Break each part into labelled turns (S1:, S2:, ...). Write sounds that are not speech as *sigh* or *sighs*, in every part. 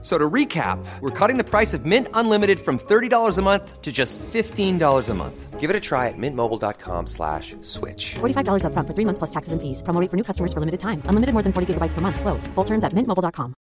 S1: So to recap, we're cutting the price of Mint Unlimited from $30 a month to just $15 a month. Give it a try at mintmobile.com slash switch.
S2: $45 upfront for three months plus taxes and fees. Promo rate for new customers for limited time. Unlimited more than 40 gigabytes per month. Slows. Full terms at mintmobile.com.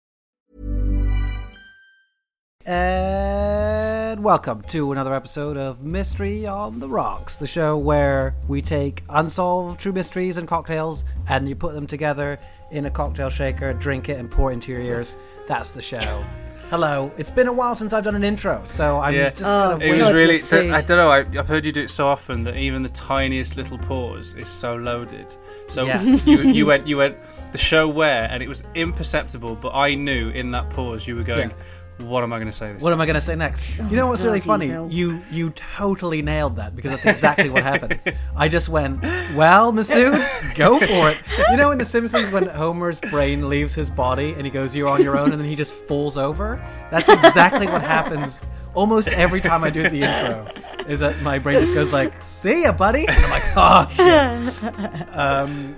S3: And welcome to another episode of Mystery on the Rocks, the show where we take unsolved true mysteries and cocktails and you put them together in a cocktail shaker, drink it, and pour it into your ears. That's the show. Hello. It's been a while since I've done an intro, so I'm
S4: Yeah. Oh,
S3: just going to
S4: It was
S3: wait.
S4: really.
S5: Oh, bless you.
S4: I don't know. I, I've heard you do it so often that even the tiniest little pause is so loaded. So
S3: Yes.
S4: *laughs* you, you went. You went. The show where, and it was imperceptible, but I knew in that pause you were going. What am I going to say this?
S3: What
S4: time?"
S3: am I going to say next? you know what's really funny? You you totally nailed that because that's exactly what happened. I just went, well, Masood, go for it. You know in The Simpsons when Homer's brain leaves his body and he goes, you're on your own, and then he just falls over? That's exactly what happens almost every time I do the intro. Is that my brain just goes like, see ya, buddy. And I'm like, oh, shit. Um,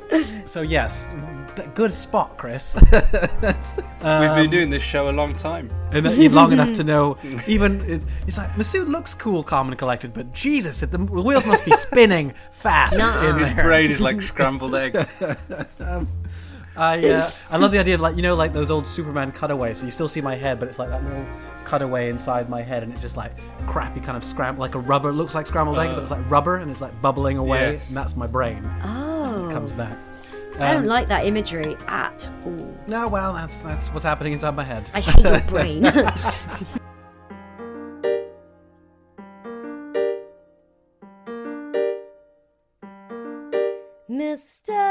S3: so yes, th- good spot, Chris. *laughs*
S4: We've been doing this show a long time.
S3: and uh, you're long
S4: *laughs*
S3: enough to know. Even it, it's like Masood looks cool, calm, and collected, but Jesus, it, the wheels must
S4: *laughs*
S3: be spinning fast. in
S4: His
S3: there.
S4: brain
S3: *laughs*
S4: is like scrambled egg.
S3: I uh, I love the idea of like you know like those old Superman cutaways. So you still see my head, but it's like that little cutaway inside my head, and it's just like crappy kind of scramble, like a rubber. It looks like scrambled egg, but it's like rubber, and it's like bubbling away,
S4: Yes.
S3: and that's my brain. Oh, it comes back. Um,
S5: I
S6: Um,
S5: don't like that imagery at all.
S3: No, well, that's that's what's happening inside my head.
S6: *laughs*
S5: I hate your brain.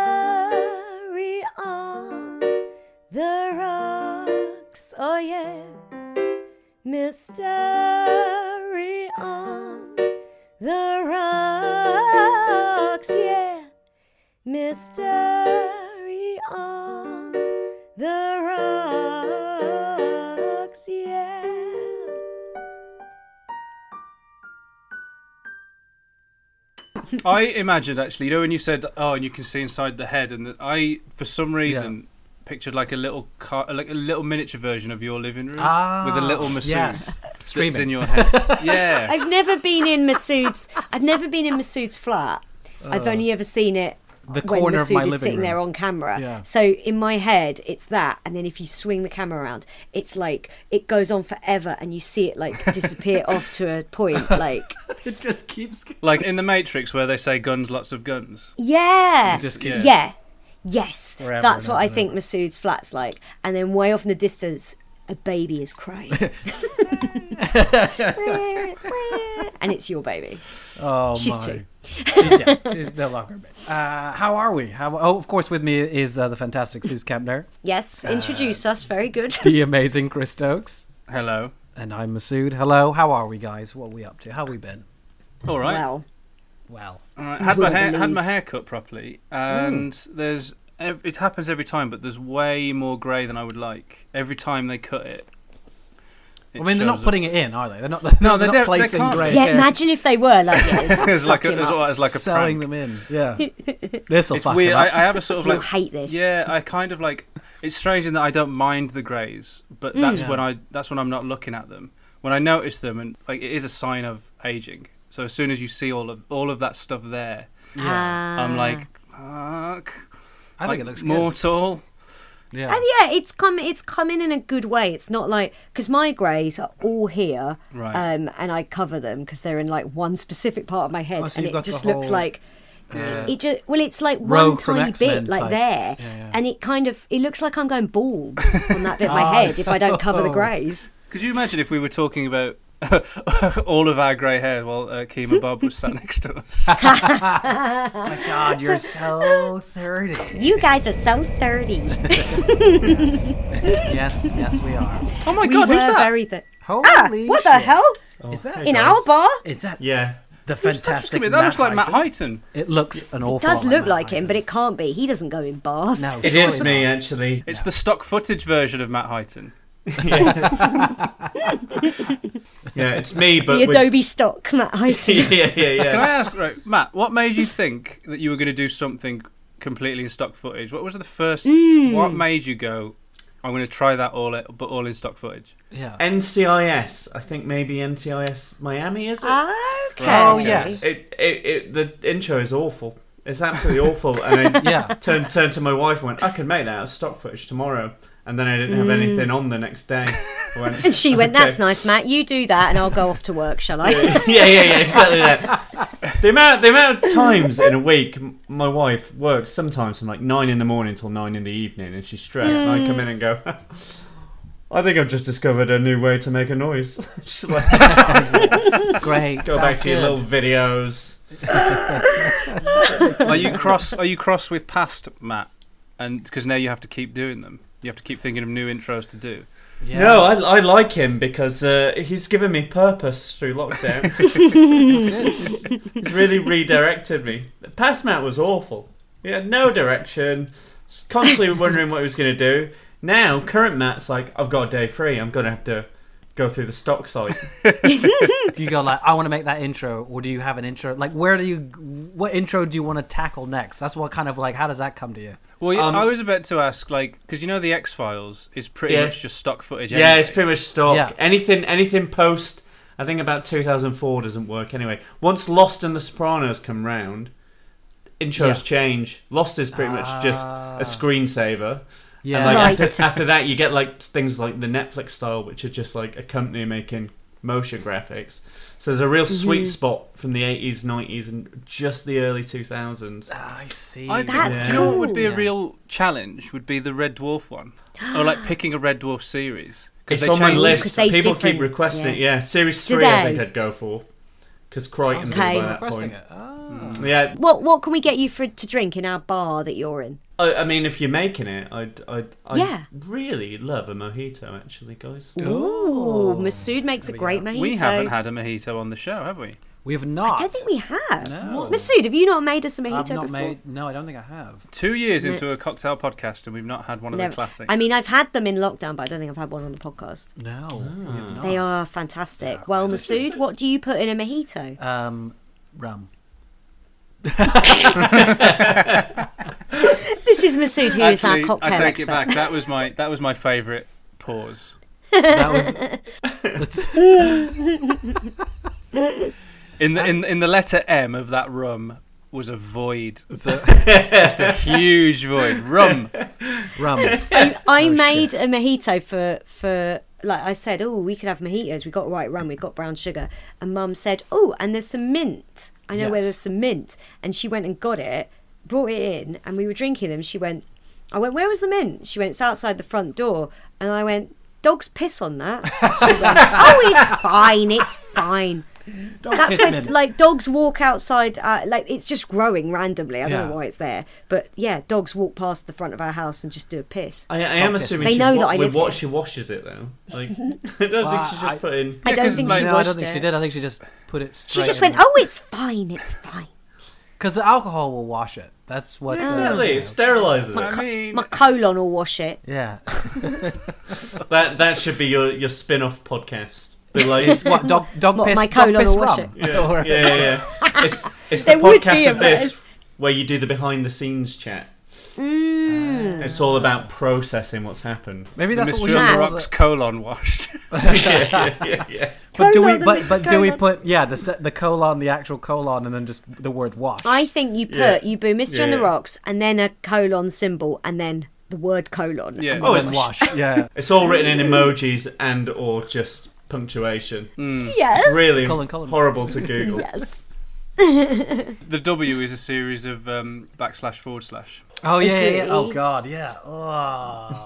S6: Mystery on the rocks, oh yeah. Mystery on the rocks, yeah. Mystery on the rocks, yeah.
S4: I imagined actually, you know, when you said, "Oh, and you can see inside the head," and that I, for some reason, pictured like a little car, like a little miniature version of your living room with
S3: Ah,
S4: a little masseuse
S3: yes.
S4: that's
S3: Streaming.
S4: in your head. Yeah.
S6: I've never been in Masood's. I've never been in Masood's flat. I've only ever seen it
S3: The
S6: when
S3: corner of
S6: Masood
S3: my
S6: is
S3: living
S6: sitting there
S3: room.
S6: on camera.
S3: Yeah.
S6: So in my head, it's that, and then if you swing the camera around, it's like it goes on forever, and you see it like
S3: *laughs*
S6: disappear off to a point, like
S3: *laughs* It just keeps.
S4: like in the Matrix where they say guns, lots of guns.
S6: yeah,
S3: just keeps-
S6: yeah. Yes,
S3: Forever
S6: that's
S3: and
S6: what I
S3: ever.
S6: think Masood's flat's like. And then way off in the distance, a baby is
S4: *laughs*
S6: crying. *laughs* and it's your baby.
S3: Oh
S6: She's
S3: my.
S6: two.
S3: she's, yeah,
S6: *laughs*
S3: she's no longer. a baby. Uh, how are we? How, oh, of course, with me is uh, the fantastic Suze Kempner,
S6: Yes,
S4: Uh,
S6: introduce us. Very good.
S3: the amazing Chris Stokes,
S4: Hello.
S3: and I'm Masood. Hello, how are we, guys? What are we up to? How we been?
S4: All right.
S6: *laughs* Well,
S3: Well,
S4: All right. Had my
S6: Wouldn't
S4: hair had
S6: believe.
S4: my hair cut properly,
S6: Hmm.
S4: and there's ev- it happens every time, but there's way more grey than I would like every time they cut it.
S3: I mean, they're not putting it in, are they? They're not. *laughs* They're
S4: No,
S3: not,
S4: they
S3: they're
S4: don't-
S3: not
S4: they
S3: placing
S4: can't.
S3: grey
S4: It
S6: yeah,
S3: hair,
S6: imagine if they were
S4: *laughs*
S6: like this.
S4: There's like a,
S6: Fuck him
S4: there's
S6: up.
S4: always like a
S3: selling
S4: prank.
S3: them in.
S6: *laughs*
S3: Yeah, this will
S4: It's
S3: fuck
S4: weird.
S3: them
S4: I, I
S3: up.
S4: have a sort of
S6: You'll
S4: like
S6: hate this.
S4: Yeah, I kind of like. It's strange in that I don't mind the greys, but
S6: Hmm.
S4: that's when I that's when I'm not looking at them. When I notice them, and like it is a sign of aging. So as soon as you see all of all of that stuff there,
S6: Uh,
S4: I'm
S6: Ah.
S4: like, fuck.
S3: I
S4: like,
S3: think it looks
S4: more
S3: good.
S4: tall.
S3: Yeah.
S6: And yeah, it's come it's coming in a good way. It's not like because my greys are all here,
S4: Right.
S6: um, and I cover them because they're in like one specific part of my head,
S3: Oh, so
S6: and
S3: you've
S6: it
S3: got the
S6: just looks
S3: whole,
S6: like it, just well, it's like one
S3: Rogue from
S6: tiny
S3: X-Men
S6: bit, like
S3: type.
S6: there,
S3: yeah.
S6: and it kind of it looks like I'm going bald on that
S3: *laughs*
S6: bit of
S3: Ah.
S6: my head if I don't cover
S3: Oh.
S6: the greys.
S4: Could you imagine if we were talking about *laughs* all of our grey hair while uh, Keema Bob was sat next to us?
S3: My God,
S6: *laughs*
S3: you're so thirty.
S6: You guys are so
S3: *laughs*
S6: thirty.
S3: yes, yes, we are.
S4: *laughs* Oh my
S6: we
S4: god,
S6: were
S4: who's that?
S6: very. Th-
S3: Holy
S6: ah, what the
S3: shit.
S6: hell?
S3: Is that
S6: In our bar?
S3: Is that
S7: Yeah.
S3: the
S4: Who's that?
S3: fantastic.
S4: That looks like Matt
S3: Hyde.
S4: Hyten.
S3: It looks an awful.
S6: It does
S3: lot
S6: look
S3: Matt
S6: like him,
S3: Hyde.
S6: but it can't be. He doesn't go in bars.
S3: No,
S7: It is
S3: surely
S7: me,
S3: not.
S7: actually.
S4: It's the stock footage version of Matt Hyten.
S7: Yeah, it's me, but
S6: the
S7: with-
S6: Adobe stock
S3: *laughs*
S6: Matt Hyde.
S7: *laughs* yeah, yeah,
S4: Can
S7: yeah.
S4: I ask, right, Matt, what made you think that you were going to do something completely in stock footage? What was the first? What made you go? I'm going to try that all, i- but all in stock footage.
S3: Yeah.
S7: NCIS. I think maybe NCIS Miami is it?
S6: Ah. okay.
S3: Oh, yes.
S7: It, it, it, the intro is awful. It's absolutely awful. And I
S3: Yeah.
S7: turned, turned to my wife and went, I can make that out of stock footage tomorrow. And then I didn't have anything on the next day. I went,
S6: And she went,
S7: "Okay."
S6: "That's nice, Matt. You do that, and I'll go off to work, shall I?"
S7: *laughs* yeah, yeah, yeah, exactly that. The amount, the amount of times in a week m- my wife works sometimes from like nine in the morning till nine in the evening, and she's stressed. And I come in and go, *laughs* I think I've just discovered a new way to make a noise. *laughs* she's like,
S3: Great.
S7: go back
S3: sounds
S7: to your
S3: good.
S7: little videos.
S4: Are you cross? Are you cross with past Matt? And because now you have to keep doing them, you have to keep thinking of new intros to do.
S3: Yeah.
S7: No, I, I like him because uh, he's given me purpose through lockdown. *laughs* he's really redirected me. Past Matt was awful. He had no direction. s- Constantly wondering what he was going to do. Now, current Matt's like, I've got a day free. I'm going to have to go through the stock side.
S3: Do you go like, I want to make that intro, or do you have an intro? Like, where do you? What intro do you want to tackle next? That's what kind of like. How does that come to you?
S4: Well, yeah,
S7: Um,
S4: I was about to ask, like, because you know the X Files is pretty
S7: Yeah.
S4: much just stock footage.
S7: yeah,
S4: anyway.
S7: it's pretty much stock.
S3: Yeah.
S7: Anything, anything post. I think about 2004 doesn't work anyway. Once Lost and The Sopranos come round, intros
S3: Yeah.
S7: change. Lost is pretty much just
S3: Ah.
S7: a screensaver.
S3: Yeah.
S7: And like
S6: Right.
S7: after, after that, you get like things like the Netflix style, which are just like a company making motion graphics. So there's a real
S6: Mhm.
S7: sweet spot from the 80s, 90s, and just the early 2000s.
S6: Ah,
S3: I see.
S4: I,
S6: That's
S4: you know what would
S6: cool.
S4: be a real challenge would be the Red Dwarf one, or like picking a Red Dwarf series.
S7: It's
S4: they
S7: on my
S4: changed-
S7: list.
S6: 'Cause they
S7: People keep
S6: different-
S7: requesting it.
S6: yeah.
S7: Yeah, series
S6: Do
S7: three, I
S6: they?
S7: think I'd go for because Crichton's
S6: Okay.
S7: all by that
S3: requesting
S7: point.
S3: it. Ah.
S7: Yeah,
S6: *laughs* What What can we get you for to drink in our bar that you're in?
S7: I, I mean, if you're making it, I'd, I'd, I'd
S6: Yeah.
S7: really love a mojito, actually, guys.
S3: Oh.
S6: Ooh, Masood makes a great mojito.
S4: We haven't had a mojito on the show, have we?
S3: We have not.
S6: I don't think we have.
S3: No.
S6: Masood, have you not made us a mojito
S3: I've not
S6: before?
S3: made. No, I don't think I have.
S4: Two years into a cocktail podcast, and we've not had one of the classics.
S6: I mean, I've had them in lockdown, but I don't think I've had one on the podcast.
S3: No, we have
S4: Oh.
S3: not.
S6: They are fantastic. well, Masood, what do you put in a mojito?
S4: Uh,
S3: Um,
S6: *laughs*
S3: rum.
S6: this is Masood, who is our
S4: actually, I
S6: cocktail
S4: take
S6: expert.
S4: it back. That was my that was my favourite pause.
S3: That
S7: *laughs*
S3: was
S4: In the in in the letter M of that rum was a void,
S3: so,
S4: a huge *laughs* void. Rum.
S6: *laughs*
S3: rum.
S6: I made a mojito for for like I said, oh, we could have mojitos. We got white rum, we got brown sugar, and Mum said, oh, and there's some mint. I know where
S3: Yes.
S6: there's some mint, and she went and got it, brought it in, and we were drinking them. She went, I went, where was the mint? She went, it's outside the front door, and I went, dogs piss on that. She
S3: *laughs*
S6: went, oh, it's fine, it's fine. That's
S3: piss
S6: when
S3: mint.
S6: like dogs walk outside. Uh, like it's just growing randomly. I don't
S3: Yeah.
S6: know why it's there, but yeah, dogs walk past the front of our house and just do a piss.
S7: I, I
S3: Fuck
S7: am
S3: this.
S7: assuming
S6: They
S7: she,
S6: know
S7: wa-
S6: that I
S7: with
S6: live
S7: what
S6: here.
S7: she washes
S3: *laughs*
S7: it though. Like, *laughs* I don't think she just
S3: I-
S7: put in.
S6: I don't
S4: 'cause,
S6: think
S4: like-
S6: she
S3: no, I don't
S6: washed
S3: think
S6: it.
S3: she did. I think she just put it.
S6: She just went, "Oh, it's fine, it's fine."
S3: because the alcohol will wash it. That's what. the-
S7: Exactly, it sterilises
S4: I
S7: it.
S4: mean,
S6: My colon will wash it.
S3: yeah.
S7: That that should be your your spin off podcast.
S6: *laughs*
S7: Be like, yeah,
S3: What dog? Dog
S6: What,
S3: piss.
S6: my
S3: dog
S6: colon
S3: piss
S6: will wash
S3: rum. *laughs*
S7: yeah, yeah. yeah. It's it's the
S6: There would be
S7: podcast
S6: a
S7: of this
S6: version.
S7: where you do the behind the scenes chat.
S6: Mm.
S7: It's all about processing what's happened. *laughs*
S3: Maybe that's what we
S4: mystery
S3: should call
S4: on the rocks
S3: the-
S4: colon washed. *laughs*
S7: yeah, yeah, yeah.
S3: But do we?
S6: Colon,
S3: But
S6: it's
S3: but do we
S6: colon.
S3: put yeah the se- the colon the actual colon and then just the word wash?
S6: I think you put
S7: Yeah.
S6: you boo Mister and the
S7: Yeah.
S6: Rocks, and then a colon symbol, and then the word colon.
S4: Yeah.
S7: Oh,
S3: and
S7: it's,
S3: wash.
S7: *laughs*
S3: Yeah.
S7: it's all written in emojis and or just punctuation.
S6: *laughs* Yes.
S7: Really
S3: Colin, Colin.
S7: horrible
S6: *laughs*
S7: to Google.
S6: Yes.
S4: the W is a series of um, backslash forward slash.
S3: Oh yeah, yeah, yeah. Oh
S6: Okay.
S3: god, yeah.
S7: *laughs*
S3: Oh.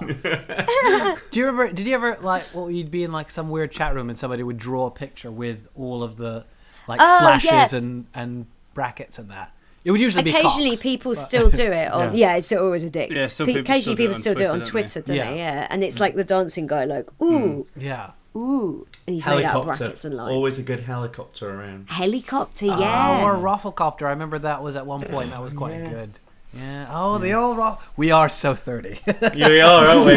S3: Do you remember? Did you ever like? Well, you'd be in like some weird chat room and somebody would draw a picture with all of the like
S6: Oh,
S3: slashes
S6: yeah.
S3: and and brackets and that. It would usually be
S6: Occasionally,
S3: cocks.
S6: people still do it on.
S3: Yeah.
S6: Yeah, it's always a dick.
S4: Yeah, some
S6: Pe-
S4: people still
S6: occasionally
S4: do it
S6: people
S4: on
S6: still do it
S4: Twitter,
S6: on
S4: don't they?
S6: Twitter, don't
S3: Yeah.
S6: they? Yeah, and it's like the dancing guy, like ooh,
S3: Yeah.
S6: ooh, and he's made out of
S7: helicopter.
S6: brackets and lines.
S7: Always a good helicopter around.
S6: Helicopter,
S3: Oh, or
S6: yeah.
S3: a rafflecopter. I remember that was at one point. That was quite good. Yeah. Oh, the old raff. We are so thirty. *laughs*
S7: Here we are,
S6: *laughs*
S7: aren't we?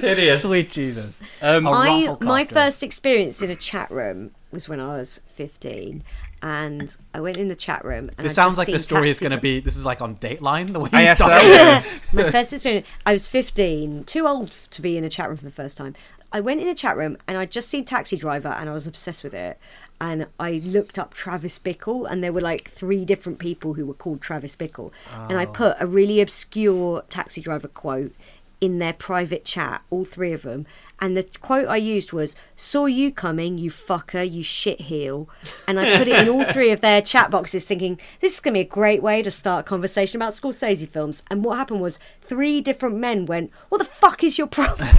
S7: Hideous.
S3: Sweet Jesus.
S4: Um,
S3: A
S6: I my
S3: rafflecopter.
S6: first experience in a chat room was when I was fifteen, and I went in the chat room. And
S3: This
S6: I'd
S3: sounds
S6: just
S3: like the
S6: seen
S3: story is
S6: taxi
S3: going to be. This is like on Dateline. The way you started.
S4: ASL.
S3: *laughs*
S6: my first experience. I was 15, too old f- to be in a chat room for the first time. I went in a chat room and I'd just seen Taxi Driver and I was obsessed with it. And I looked up Travis Bickle and there were like three different people who were called Travis Bickle. And
S3: Oh.
S6: I put a really obscure Taxi Driver quote in their private chat, all three of them. And the quote I used was, Saw you coming, you fucker, you shit heel. And I put it in all three of their chat boxes, thinking, This is going to be a great way to start a conversation about Scorsese films. And what happened was, three different men went, What the fuck is your problem? *laughs* and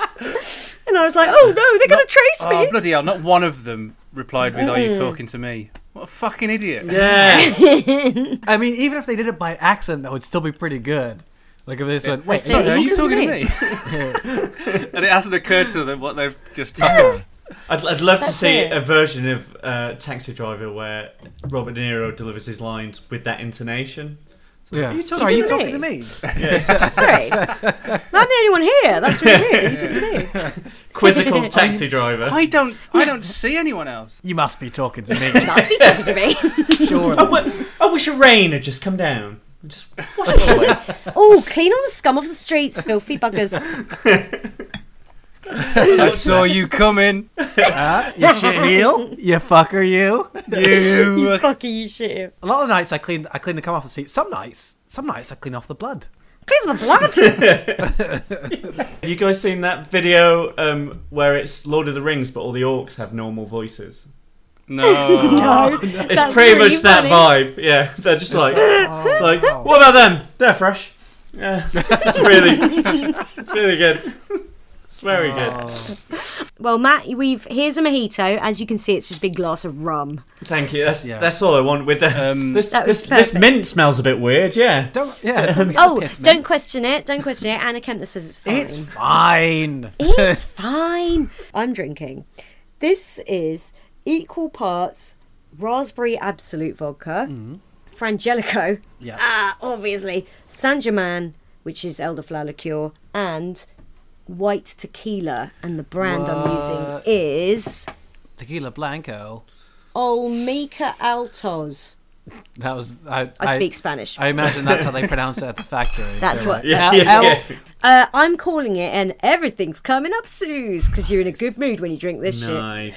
S6: I was like, Oh no, they're going to trace me.
S4: Oh, bloody hell. Not one of them replied with, Are you talking to me? What a fucking idiot.
S7: Yeah.
S3: I mean, even if they did it by accident, that would still be pretty good. Like if they just went, wait,
S6: So-
S4: Are
S6: Are
S4: you
S6: you
S4: talking to me? *laughs* and it hasn't occurred to them what they've just tackled.
S7: I'd, I'd love to
S6: That's
S7: see
S6: it.
S7: a version of uh, Taxi Driver where Robert De Niro delivers his lines with that intonation.
S3: yeah.
S7: you talking
S3: sorry,
S7: to
S3: you
S7: me?"
S3: talking to me?
S6: Sorry. I'm the only one here. That's really weird. What do you mean? *laughs*
S7: Quizzical Taxi Driver.
S4: I don't. I don't see anyone *laughs* else.
S3: You must be talking to
S6: *laughs*
S3: me.
S6: Must be talking to me.
S7: I, w- I wish a rain had just come down. Just what a waste.
S6: oh, clean all the scum off the streets, filthy buggers.
S4: I saw you coming.
S3: you shit heel. You fucker, you.
S4: You.
S6: fucking you shit heel.
S3: A lot of nights I clean. I clean the cum off the seat. Some nights, some nights I clean off the blood.
S6: Clean the
S7: *laughs*
S6: blood.
S7: Have you guys seen that video um, where it's Lord of the Rings but all the orcs have normal voices?
S4: *laughs* No.
S6: No,
S7: It's pretty much that vibe. Yeah, *laughs* they're just like, like what about them? They're fresh. Yeah, it's really, really good. It's very good.
S6: Well, Matt, we've here's a mojito. As you can see, it's just a big glass of rum.
S7: Thank you. That's
S3: Yeah.
S7: that's all I want with the,
S4: Um,
S7: *laughs* this.
S6: That was
S7: This, this
S6: perfect.
S7: mint smells a bit weird. Yeah.
S3: Don't. Yeah. don't
S6: Oh,
S3: piss me.
S6: don't question it. Don't question it. Anna Kemp says it's fine.
S3: It's fine.
S6: *laughs* It's fine. I'm drinking. This is equal parts raspberry absolute vodka, Frangelico,
S3: Mm-hmm. Yeah.
S6: ah, obviously, San German, which is elderflower liqueur, and white tequila. And the brand I'm using is
S3: *laughs* Tequila Blanco.
S6: Olmeca Altos.
S3: That was. I,
S6: I, speak Spanish.
S3: I imagine that's how they pronounce it at the factory.
S6: *laughs* That's
S3: They're
S6: what-
S3: like,
S7: Yeah,
S3: "Al-
S7: yeah,
S3: al-
S7: yeah.
S6: uh, I'm calling it, and everything's coming up, Suze, because you're in a good mood when you drink this shit.
S7: Nice.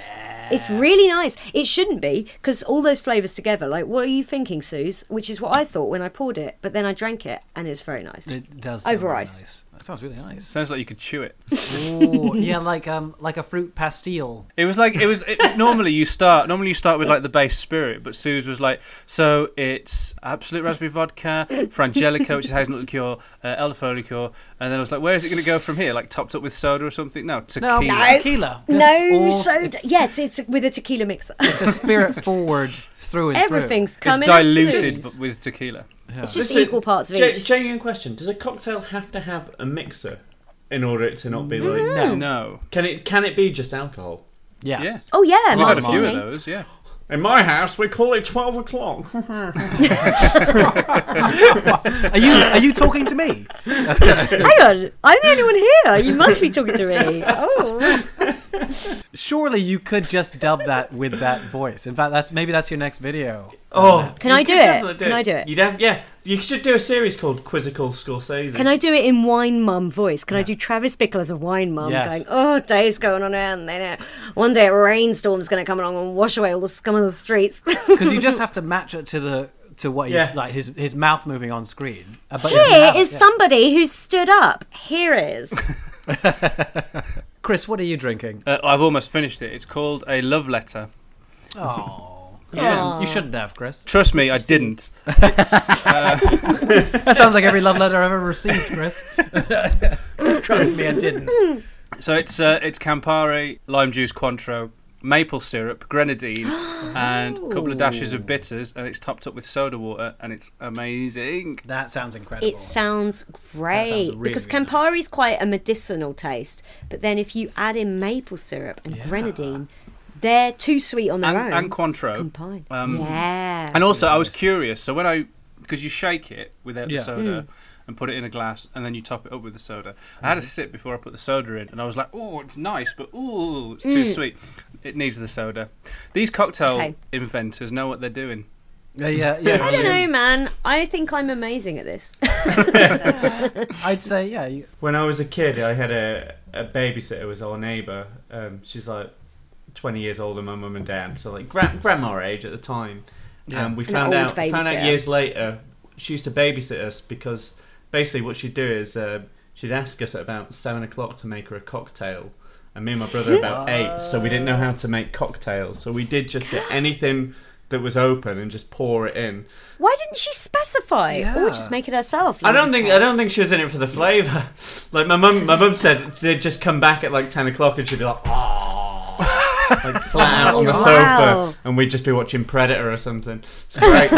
S6: It's really nice. It shouldn't be because all those flavors together. Like, what are you thinking, Suze? Which is what I thought when I poured it, but then I drank it, and it's very nice.
S3: It does sound
S6: Over
S3: really
S6: ice.
S3: nice. That sounds really
S6: *laughs*
S3: nice.
S4: Sounds like you could chew it.
S3: Ooh, yeah, like um, like a fruit pastille.
S4: It was like it was. It, normally you start. Normally you start with like the base spirit, but Suze was like, so it's absolute raspberry vodka, frangelico, which is hazelnut liqueur, uh, elderflower liqueur, and then I was like, where is it going to go from here? Like topped up with soda or something? No,
S3: No,
S4: tequila.
S3: tequila.
S6: No
S3: It's all-
S6: soda. Yeah, it's, it's with a tequila mixer.
S3: It's a spirit forward through and through.
S6: *laughs* Everything's
S4: It's
S6: coming
S4: diluted
S6: up, Suze.
S4: but with tequila.
S6: It's just
S7: Listen,
S6: equal parts of
S7: gen-
S6: each.
S7: Genuine question: Does a cocktail have to have a mixer in order it to not be like?
S6: Mm.
S3: No.
S4: No,
S7: Can it? Can it be just alcohol?
S3: Yes.
S6: Oh yeah,
S4: I've had a
S6: martini.
S4: few of those. Yeah.
S7: In my house, we call it twelve o'clock.
S3: Are you are you talking to me?
S6: Hang on, I'm the only one here. You must be talking to me. Oh,
S3: Surely you could just dub that with that voice. In fact, that's maybe that's your next video.
S7: oh,
S6: Can
S7: you
S6: I
S7: could
S6: do it?
S7: definitely
S6: Can I do it?
S7: You'd have, yeah. You should do a series called Quizzical Scorsese.
S6: can I do it in wine mum voice? Can I do Travis Bickle as a wine mum,
S3: Yes.
S6: going, "Oh, days going on, and then uh, one day a rainstorm's going to come along and wash away all the scum of the streets." *laughs*
S3: Because you *laughs* just have to match it to the to what he's
S7: Yeah.
S3: like his his mouth moving on screen. Uh, but if you
S6: Here
S3: have-
S6: is
S3: yeah.
S6: somebody who stood up. Here is.
S3: Chris. What are you drinking?
S4: Uh, I've almost finished it. It's called a love letter.
S3: Oh,
S4: Yeah.
S3: you shouldn't have, Chris.
S4: Trust me, I didn't.
S3: *laughs* That sounds like every love letter I've ever received, Chris. *laughs* Trust me, I didn't.
S4: So it's uh, it's Campari, lime juice, Cointreau, maple syrup,
S6: *gasps*
S4: grenadine, and a couple of dashes of bitters, and it's topped up with soda water, and it's amazing.
S3: That sounds incredible.
S6: It sounds great
S3: really,
S6: because
S3: really
S6: Campari's quite a medicinal taste, but then if you add in maple syrup and grenadine, they're too sweet on their
S4: And,
S6: own.
S4: and Cointreau.
S6: Pie.
S4: Um,
S6: yeah.
S4: And also, I was curious. So when I, because you shake it without
S3: Yeah.
S4: the
S6: Hmm.
S4: soda and put it in a glass, and then you top it up with the soda. I had a sip before I put the soda in, and I was like, "Oh, it's nice, but ooh, it's too sweet. It needs the soda." These cocktail
S6: Mm. Okay.
S4: inventors know what they're doing.
S3: Yeah, yeah, yeah.
S6: I don't know, man. I think I'm amazing at this. *laughs*
S3: I'd say, yeah. You,
S7: When I was a kid, I had a, a babysitter who was our neighbour. Um, she's like 20 years older than my mum and dad, so like gran- grandma age at the time. And we
S6: An
S7: found
S6: old
S7: out found out
S6: babysitter.
S7: years later she used to babysit us because basically what she'd do is uh, she'd ask us at about seven o'clock to make her a cocktail. And me and my brother about eight, so we didn't know how to make cocktails. So we did just
S6: *gasps*
S7: get anything that was open and just pour it in.
S6: Why didn't she specify or just make it herself?
S7: I don't
S6: Lady
S7: think
S6: Cat?
S7: I don't think she was in it for the flavour. *laughs* Like my mum, my mum said they'd just come back at like ten o'clock and she'd be like, oh, like flat out on the
S6: Wow.
S7: sofa, and we'd just be watching Predator or something. It's great.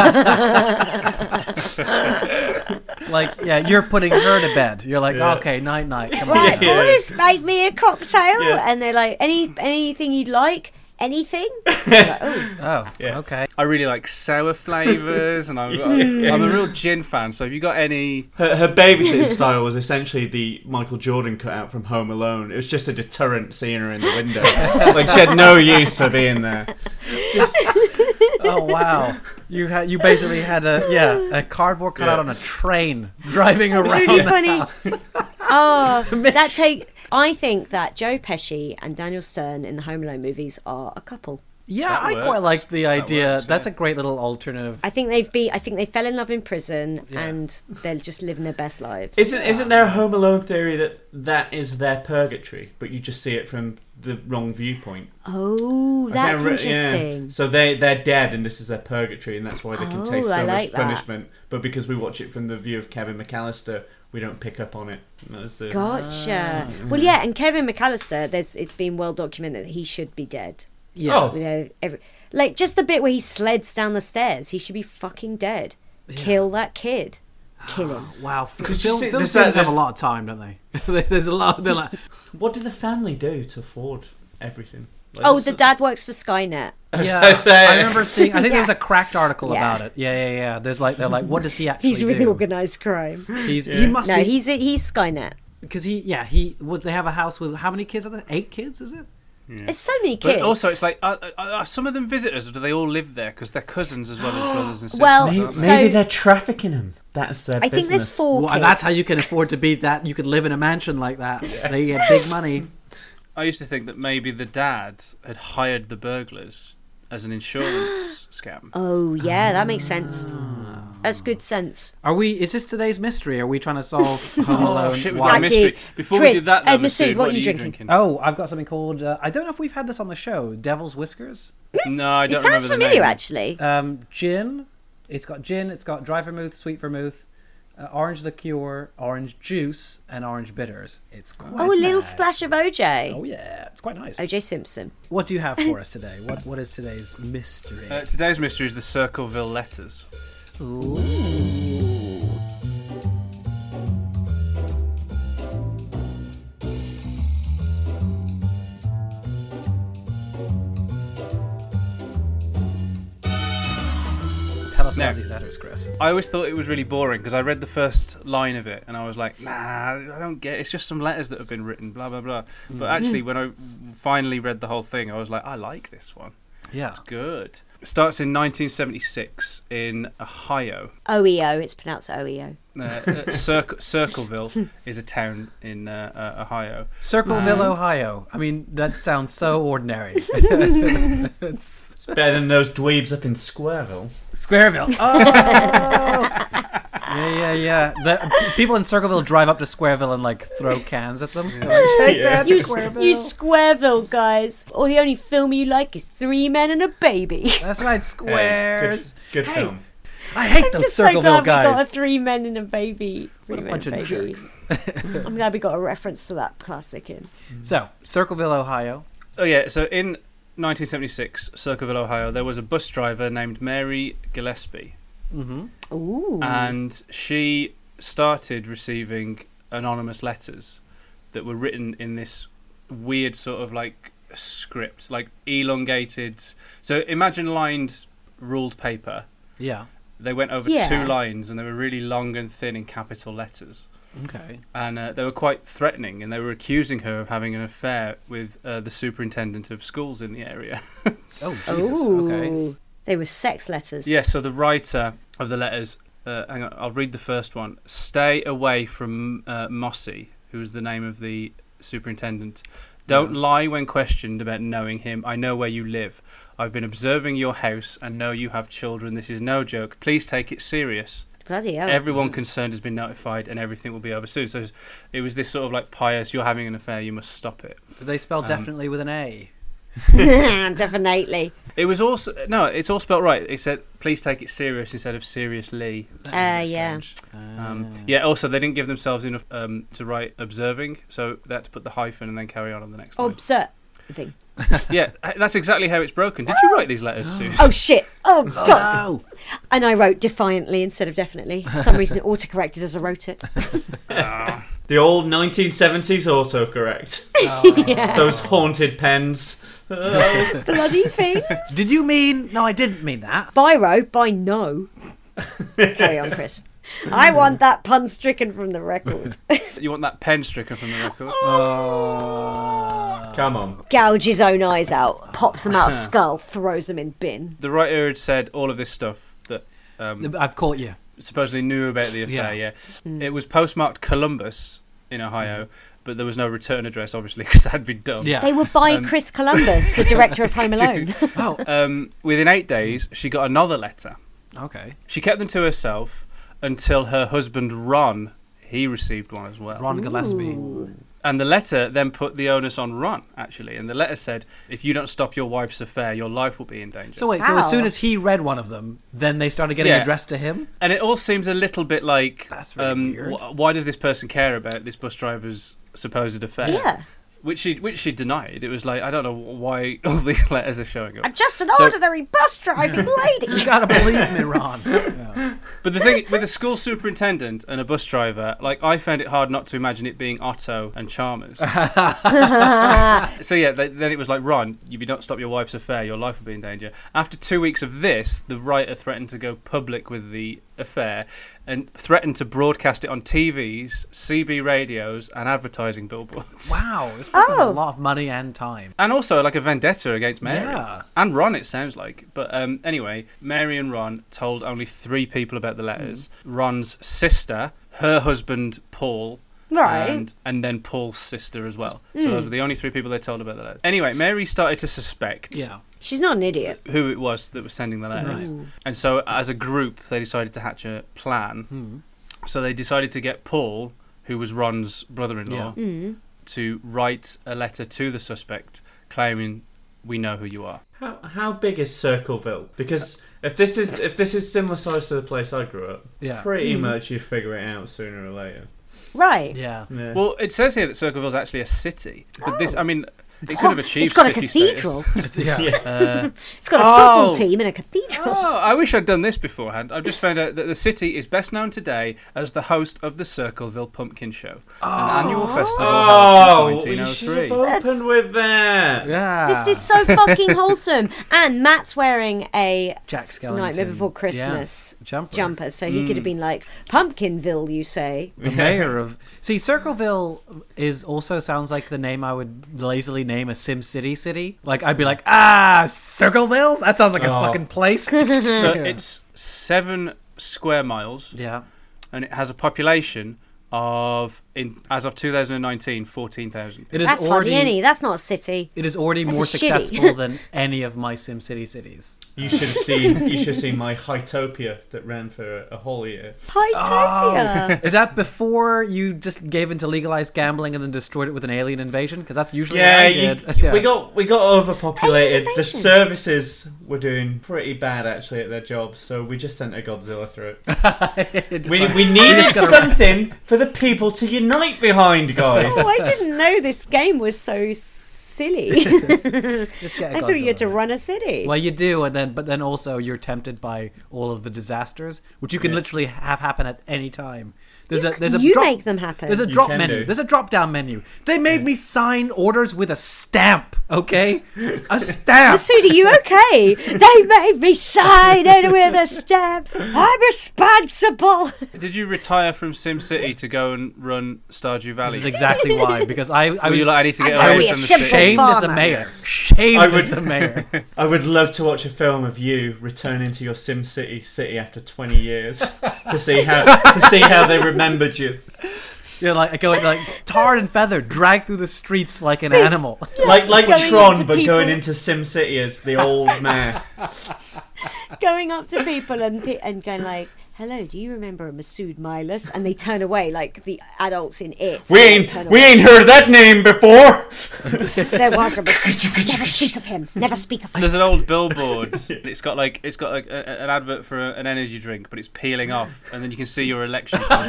S3: like, yeah, you're putting her to bed. You're like, okay, night, night. Come on. now."
S6: Right,
S7: *laughs* Yeah.
S6: Boris, "Oh, make me a cocktail,
S7: Yeah.
S6: and they're like, any anything you'd like,
S7: *laughs*
S6: anything. They're like, "Oh,
S3: Oh, okay.
S4: I really like sour flavors, and
S6: *laughs*
S4: I'm, I'm a real gin fan. So if you got any,
S7: her, her babysitting style was essentially the Michael Jordan cutout from Home Alone. It was just a deterrent seeing her in the window. like she had no use
S4: *laughs*
S7: for being there.
S3: Oh wow. You had you basically had a yeah a cardboard cutout on
S7: Yeah.
S3: a train driving *laughs* around.
S6: really
S7: *laughs*
S6: funny. oh, that take. I think that Joe Pesci and Daniel Stern in the Home Alone movies are a couple.
S3: Yeah,
S4: That
S3: I
S4: works.
S3: quite like the
S4: That
S3: idea.
S4: works,
S3: That's
S4: yeah.
S3: a great little alternative.
S6: I think they've be. I think they fell in love in prison, and they're just living their best lives.
S7: Isn't isn't there a Home Alone theory that that is their purgatory, but you just see it from the wrong viewpoint?
S6: oh,
S7: I
S6: that's
S7: can't re- yeah.
S6: interesting.
S7: So they they're dead, and this is their purgatory, and that's why they can
S6: Oh,
S7: taste
S6: I
S7: so
S6: like
S7: much
S6: that.
S7: punishment. But because we watch it from the view of Kevin McAllister, we don't pick up on it. That's the,
S6: Gotcha.
S7: Ah.
S6: Well, yeah, and Kevin McAllister, there's it's been well documented that he should be dead.
S3: Yes.
S4: Oh.
S6: You know, every, like just the bit where he sleds down the stairs, he should be fucking dead. Kill that kid. Kill
S4: *sighs*
S6: him.
S3: Wow. Film,
S7: you see-
S3: film
S7: there's that-
S3: students have a
S7: there's-
S3: lot of time, don't they? *laughs* there's a lot. They're
S4: *laughs*
S3: like,
S7: What did the family do to afford everything? Like,
S6: Oh,
S7: this-
S6: the dad works for Skynet.
S3: yeah.
S7: so sad.
S3: I remember seeing. I think there was
S6: *laughs*
S3: a cracked article
S6: Yeah.
S3: about it. Yeah, yeah, yeah. There's like they're like, what does he actually
S6: He's with
S3: do?
S4: *laughs*
S6: organised crime.
S3: He's he must
S6: No,
S3: be
S6: he's he's Skynet.
S3: because he yeah he would they have a house with how many kids are there? Eight kids is it?
S6: There's so many
S4: but
S6: kids.
S4: also it's like, are, are, are some of them visitors, or do they all live there because they're cousins as well
S6: *gasps*
S4: as brothers and sisters?
S6: Well,
S4: aren't
S7: maybe,
S4: they?
S6: so-
S7: maybe they're trafficking him. That's their.
S6: I think there's
S7: business.
S6: four.
S3: Well,
S6: kids.
S3: that's how you can afford to be that. You could live in a mansion like that. They get big money.
S4: I used to think that maybe the dad had hired the burglars as an
S6: *gasps*
S4: insurance scam.
S6: Oh yeah, that makes sense.
S4: Ah.
S6: That's good sense.
S3: Are we? Is this today's mystery? Are we trying to
S4: *laughs*
S3: solve Home Alone?
S4: Oh, shit, we've
S3: why?
S4: got a mystery.
S6: Actually,
S4: Before
S6: Chris-
S4: we did that, though,
S6: uh, Masood,
S4: Masood, what, are you drinking?
S3: Oh, I've got something called. Uh, I don't know if we've had this on the show. Devil's Whiskers.
S4: No, I don't
S6: It sounds
S4: remember the
S6: familiar,
S4: name. Uh,
S6: actually.
S3: Um, gin. It's got gin. It's got dry vermouth, sweet vermouth, uh, orange liqueur, orange juice, and orange bitters. It's quite.
S6: oh, a little
S3: nice.
S6: splash of OJ.
S3: Oh yeah, it's quite nice.
S6: OJ Simpson.
S3: What do you have
S6: *laughs*
S3: for us today? What What is today's mystery?
S4: Uh, today's mystery is the Circleville letters.
S3: Tell us
S4: no.
S3: about these letters, Chris.
S4: I always thought it was really boring because I read the first line of it and I was like, nah, I don't get it. It's just some letters that have been written, blah, blah, blah. But actually, when I finally read the whole thing, I was like, I like this one.
S3: Yeah.
S4: Good. It starts in 1976 in Ohio.
S6: OEO. E It's pronounced E OEO.
S4: Uh, uh, Circ- *laughs* Circleville is a town in uh, uh, Ohio.
S3: Circleville, Ohio. I mean, that sounds
S6: *laughs*
S3: so ordinary. *laughs* it's
S7: Better than those dweebs up
S4: *laughs*
S7: in Squareville.
S3: Squareville.
S6: *laughs*
S3: Oh. *laughs* yeah, yeah, yeah. The, people in Circleville drive up to Squareville and like
S6: *laughs*
S3: throw cans at them. They're like, Take that,
S6: You,
S3: Squareville.
S6: you Squareville guys. Or the only film you like is Three Men and a Baby.
S3: That's right, squares.
S7: Good, good
S3: Hey,
S7: film.
S3: I hate
S6: *laughs* I'm
S3: those
S6: just so
S3: Circleville
S6: glad we got a
S3: guys.
S6: Three Men and a Baby. Three
S3: What a
S6: Men
S3: bunch
S6: and
S3: of
S6: Baby.
S3: jerks.
S6: *laughs* I'm glad we got a reference to that classic in.
S3: So, Circleville, Ohio.
S4: Oh yeah, so in 1976, Circleville, Ohio, there was a bus driver named Mary Gillespie,
S3: Mm-hmm.
S6: Ooh.
S3: Ah,
S4: and she started receiving anonymous letters that were written in this weird sort of like script, like elongated. So imagine lined ruled paper.
S3: Yeah.
S4: They went over
S6: Yeah.
S4: two lines, and they were really long and thin in capital letters
S3: Okay.
S4: and uh, they were quite threatening and they were accusing her of having an affair with uh, the superintendent of schools in the area.
S3: Oh, Jesus.
S6: Ooh.
S3: Okay.
S6: They were sex letters.
S4: yeah, so the writer of the letters, uh, hang on, I'll read the first one. Stay away from uh, Mossy, who was the name of the superintendent. Don't lie when questioned about knowing him. I know where you live. I've been observing your house and know you have children. This is no joke. Please take it serious.
S6: Bloody hell.
S4: Everyone concerned has been notified and everything will be over soon. So it was this sort of like pious, you're having an affair, you must stop it.
S3: Did they
S6: Um,
S3: spell definitely with an A?
S6: *laughs* Definitely.
S4: It was also no, it's all spelt right. It said please take it serious instead of seriously.
S6: Uh, yeah.
S4: Um, yeah. Also, they didn't give themselves enough um, to write observing, so they had to put the hyphen and then carry on on the
S6: Oh.
S4: next line.
S6: Observing.
S4: yeah, *laughs* that's exactly how it's broken. Did you write these letters, Suze?
S6: Oh shit.
S3: *laughs*
S6: Oh god.
S3: Oh,
S6: And I wrote defiantly instead of definitely. For some reason, it autocorrected as I
S3: *laughs*
S6: wrote it.
S7: The old 1970s
S6: *laughs*
S7: autocorrect. Those haunted pens.
S6: Bloody thing.
S3: did you mean? No, I didn't mean that.
S6: Biro by no. Carry on, *laughs* Chris. I want that pun stricken from the *laughs* record.
S4: You want that pen stricken from the record?
S6: Oh.
S4: Uh,
S7: Come on.
S6: Gouge his own eyes out, pops them *laughs* out of skull, throws them in bin.
S4: The writer had said all of this stuff that um,
S3: I've caught you.
S4: supposedly knew about the affair.
S3: Yeah.
S4: Yeah, it was postmarked Columbus in Ohio, but there was no return address, obviously, *laughs* because that had been done.
S3: Yeah.
S6: They were by Chris Columbus, the director of *laughs* Home Alone.
S3: oh,
S4: Um, within eight days, she got another letter.
S3: okay.
S4: She kept them to herself until her husband Ron he received one as well.
S3: Ron Gillespie.
S4: And the letter then put the onus on Ron actually. And the letter said, "If you don't stop your wife's affair, your life will be in danger."
S3: So wait, so as
S6: Wow.
S3: soon as he read one of them, then they started getting
S4: Yeah.
S3: addressed to him.
S4: and it all seems a little bit like, um,
S3: That's really weird.
S4: wh- why does this person care about this bus driver's supposed affair?
S6: Yeah.
S4: Which she which she denied. It was like I don't know why *laughs* all these letters are showing up.
S6: I'm just an
S4: So-
S6: ordinary bus *laughs* driving lady.
S3: You gotta believe me,
S6: *laughs*
S3: Ron. Yeah.
S4: But the thing with a school superintendent and a bus driver, like I found it hard not to imagine it being Otto and Chalmers. so yeah, th then it was like Ron, you do not stop your wife's affair, your life will be in danger. After two weeks of this, the writer threatened to go public with the affair and threatened to broadcast it on TVs, CB radios, and advertising billboards.
S3: Wow, this person's a
S6: Oh.
S3: lot of money and time.
S4: And also like a vendetta against Mary
S3: Yeah.
S4: and Ron. It sounds like, but um, anyway, Mary and Ron told only three people about the letters:
S3: Mm.
S4: Ron's sister, her husband Paul,
S6: Right.
S4: and, and then Paul's sister as well. So
S3: mm.
S4: those were the only three people they told about the letters. Anyway, Mary started to suspect
S3: Yeah.
S6: She's not an idiot.
S4: who it was that was sending the letters, and so as a group, they decided to hatch a plan. So they decided to get Paul, who was Ron's brother-in-law,
S6: Mm.
S4: to write a letter to the suspect claiming. We know who you are.
S7: How, how big is Circleville? Because if this is if this is similar size to the place I grew up,
S3: Yeah.
S7: pretty much you figure it out sooner or later.
S6: Right.
S3: Yeah.
S7: Hmm.
S4: Well, it says here that Circleville's actually a city, but this, I mean, it could have achieved
S6: Oh. It's got
S4: city
S6: a cathedral.
S3: *laughs*
S4: status.
S3: It's- yeah.
S6: It's got a
S4: Oh.
S6: football team and a cathedral.
S4: Oh, I wish I'd done this beforehand. I've just found out that the city is best known today as the host of the Circleville Pumpkin Show, an annual festival
S7: Oh,
S4: held
S7: we
S4: since
S7: should have
S4: 1903.
S7: opened with that.
S3: Yeah.
S6: This is so fucking wholesome. And Matt's wearing a
S3: Jack
S6: s-
S3: Skellington.
S6: Nightmare Before Christmas
S3: Yes, jumper.
S6: so he could have been like Pumpkinville, you say?
S3: the mayor of. See, Circleville is also sounds like the name I would lazily name a Sim City city. Like I'd be like, ah, Circleville. That sounds like a
S7: Oh.
S3: fucking
S6: *laughs*
S3: place. yeah.
S4: So it's seven square miles,
S3: Yeah.
S4: and it has a population of, in as of 2019, 14,000. people.
S3: It is
S6: That's
S3: already.
S6: hardly any. That's not a city.
S3: It is already more
S6: shitty.
S3: successful
S6: *laughs*
S3: than any of my Sim City cities.
S7: You should have seen you should have seen my Hytopia that ran for a whole year.
S3: *laughs*
S6: Hytopia.
S3: Is that before you just gave into legalized gambling and then destroyed it with an alien invasion? Because that's usually what
S7: Yeah,
S3: I
S7: you,
S3: did. *laughs* Yeah.
S7: we got we got overpopulated. The
S6: Invasion.
S7: services were doing pretty bad actually at their jobs, so we just sent a Godzilla through it.
S3: *laughs* Just
S7: We,
S3: like-
S7: we needed something for the people to unite behind, guys.
S6: oh, I didn't know this game was so s- silly.
S3: Just get a
S6: I thought you had to run a city.
S3: Well, you do, and then but then also you're tempted by all of the disasters, which you can literally have happen at any time. There's a there's a
S6: you
S3: drop,
S6: make them happen.
S3: There's a drop
S7: can
S3: menu.
S7: do.
S3: There's a drop down menu. They made me sign orders with a stamp. Okay, a stamp.
S6: Masuda, you okay? they made me sign it with a stamp. I'm responsible. *laughs*
S4: Did you retire from SimCity to go and run Stardew Valley?
S3: *laughs* This is exactly why because I I
S4: Were
S3: was
S4: you like, I need to get
S6: I
S4: away
S6: was
S4: from the
S6: simple.
S4: city?
S3: shamed as a
S6: farmer.
S3: mayor. Shamed
S7: I would-
S3: as a mayor.
S7: I would love to watch a film of you returning to your Sim City city after 20 years to see how to see how they remembered you.
S3: You're like going like tarred and feathered, dragged through the streets like an animal. *laughs*
S7: Like like
S6: Going
S7: Tron,
S6: into
S7: but going
S6: people.
S7: into Sim City as the old man.
S6: Going up to people and pe- and going like, "Hello, do you remember Masood Milas?" And they turn away like the adults in it.
S7: We
S6: They
S7: ain't
S6: turn
S7: we
S6: away.
S7: ain't heard that name before.
S6: There was a Masood. Never speak of him. Never speak of him.
S4: There's an old billboard. It's got like it's got like a, a- an advert for a, an energy drink, but it's peeling off, and then you can see your election card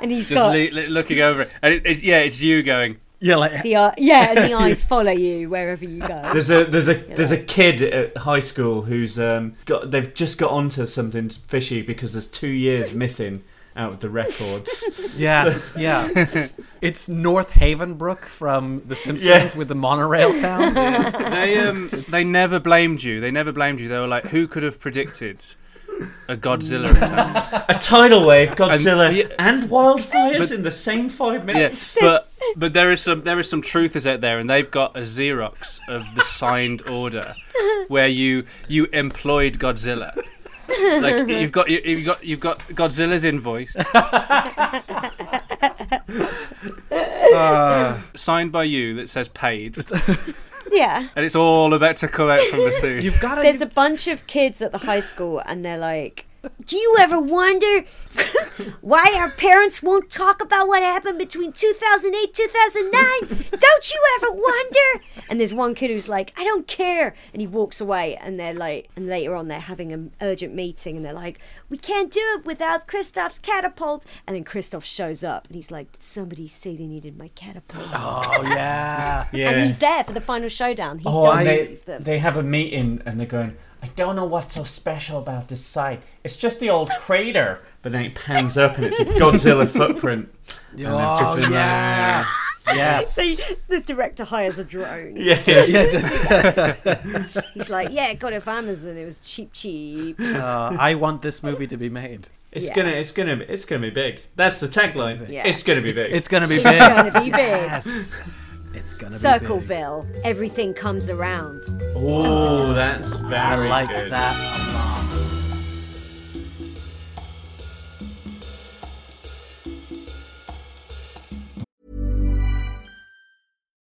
S6: And he's
S4: just
S6: got
S4: le- le- looking over it. And it, it, yeah, it's you going.
S3: Yeah, like
S6: the eye- yeah, and the eyes follow you wherever you go.
S7: There's a there's a there's a kid at high school who's um got they've just got onto something fishy because there's two years missing out of the records.
S3: Yes, yeah. It's North Havenbrook from The Simpsons
S7: Yeah.
S3: with the monorail town.
S4: They
S7: *laughs*
S4: um they never blamed you. They never blamed you. They were like, who could have predicted a Godzilla
S7: *laughs*
S4: attack?
S7: a tidal wave, Godzilla, and,
S4: yeah.
S7: wildfires in the same five
S4: Yeah,
S7: minutes.
S4: but but there is some there is some truthers out there, and they've got a Xerox of the signed order where you you employed Godzilla.
S7: *laughs*
S4: Like you've got you- you've got you've got Godzilla's invoice
S3: Uh,
S4: signed by you that says paid,
S6: Yeah.
S4: and it's all about to come out from
S7: *laughs*
S4: the suit.
S3: You've got
S6: There's
S3: to.
S6: a bunch of kids at the high school, and they're like, "Do you ever wonder *laughs* why our parents won't talk about what happened between 2008 2009? Don't you ever wonder?" And there's one kid who's like, "I don't care," and he walks away. And they're like, and later on, they're having an urgent meeting, and they're like, "We can't do it without Kristoff's catapult." And then Kristoff shows up, and he's like, "Did somebody say they needed my catapult?"
S3: Oh yeah.
S7: yeah.
S6: And he's there for the final showdown. He
S7: Oh,
S6: does
S7: and they,
S6: leave them.
S7: they have a meeting and they're going, I don't know what's so special about this site. It's just the old crater. But then it pans up and it's a Godzilla footprint. And they've just
S3: Oh
S7: been
S3: yeah. Yes.
S6: They, *laughs* the director hires a drone.
S7: like, *laughs* yeah.
S3: *laughs* Yeah, just,
S6: He's like, yeah, I got it from Amazon. It was cheap, cheap.
S3: uh, I want this movie to be made.
S7: It's
S6: Yeah.
S7: gonna it's gonna be it's gonna be big. That's the tagline.
S6: Yeah.
S7: It's gonna be big.
S3: It's gonna
S6: *laughs*
S3: be big.
S6: gonna be big.
S3: Yes. It's gonna be big.
S6: Circleville. Everything comes around.
S7: oh, that's
S3: I
S7: very
S3: like
S7: good.
S3: that a lot.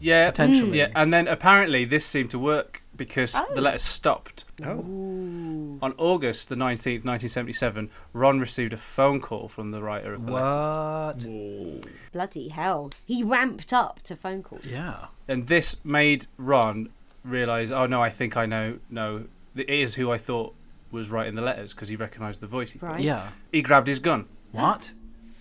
S4: Yeah,
S3: Potentially.
S4: Yeah, and then apparently this seemed to work because the letter stopped.
S3: Oh.
S4: On August the 19th, 1977, Ron received a phone call from the writer of the letters.
S3: What?
S6: Bloody hell. He ramped up to phone calls.
S3: Yeah.
S4: And this made Ron realize, oh no, I think I know, no, it is who I thought was writing the letters because he recognized the voice. He, thought.
S6: Right?
S3: Yeah.
S4: he grabbed his gun.
S3: What?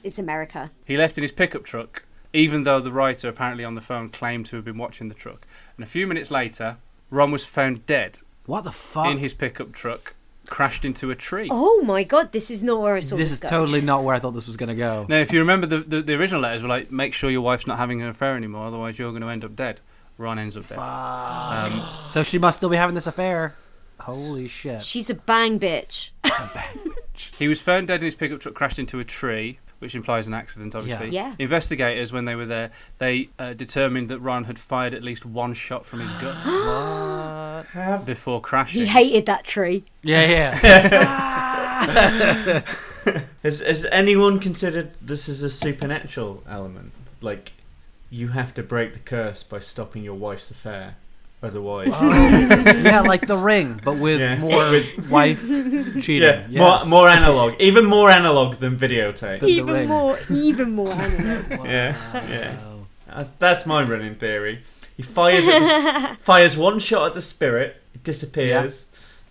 S6: It's America.
S4: He left in his pickup truck, even though the writer apparently on the phone claimed to have been watching the truck. And a few minutes later, Ron was found dead
S3: What the fuck?
S4: in his pickup truck crashed into a tree.
S6: Ah. Oh my god, this is not where I saw
S3: This is
S6: go.
S3: totally not where I thought this was going to go.
S4: Now, if you remember, the, the, the original letters were like, make sure your wife's not having an affair anymore, otherwise you're going to end up dead. Ron ends up dead. Um,
S3: So she must still be having this affair. Holy shit.
S6: She's a
S3: *laughs*
S6: bang bitch. *laughs*
S4: he was found dead in his pickup truck, crashed into a tree, which implies an accident, obviously.
S6: Yeah. Yeah.
S4: Investigators, when they were there, they uh, determined that Ron had fired at least one shot from his
S6: *gasps*
S4: gun
S7: *laughs* Have
S4: before crashing.
S6: He hated that tree.
S3: Yeah,
S6: *laughs*
S3: yeah.
S7: has, has anyone considered this is a supernatural element? Like, you have to break the curse by stopping your wife's affair, otherwise.
S3: Um, yeah, like the ring, but with
S7: Yeah.
S3: more
S6: *laughs*
S7: With-
S3: wife cheating.
S7: *laughs* Yeah,
S3: yes.
S7: more, more analog, even more analog than videotape.
S3: The- the
S6: even
S3: ring.
S6: more, even more. animal.
S7: Yeah, yeah. Uh, That's my running theory. He fires at the, s- fires one shot at the spirit, it disappears.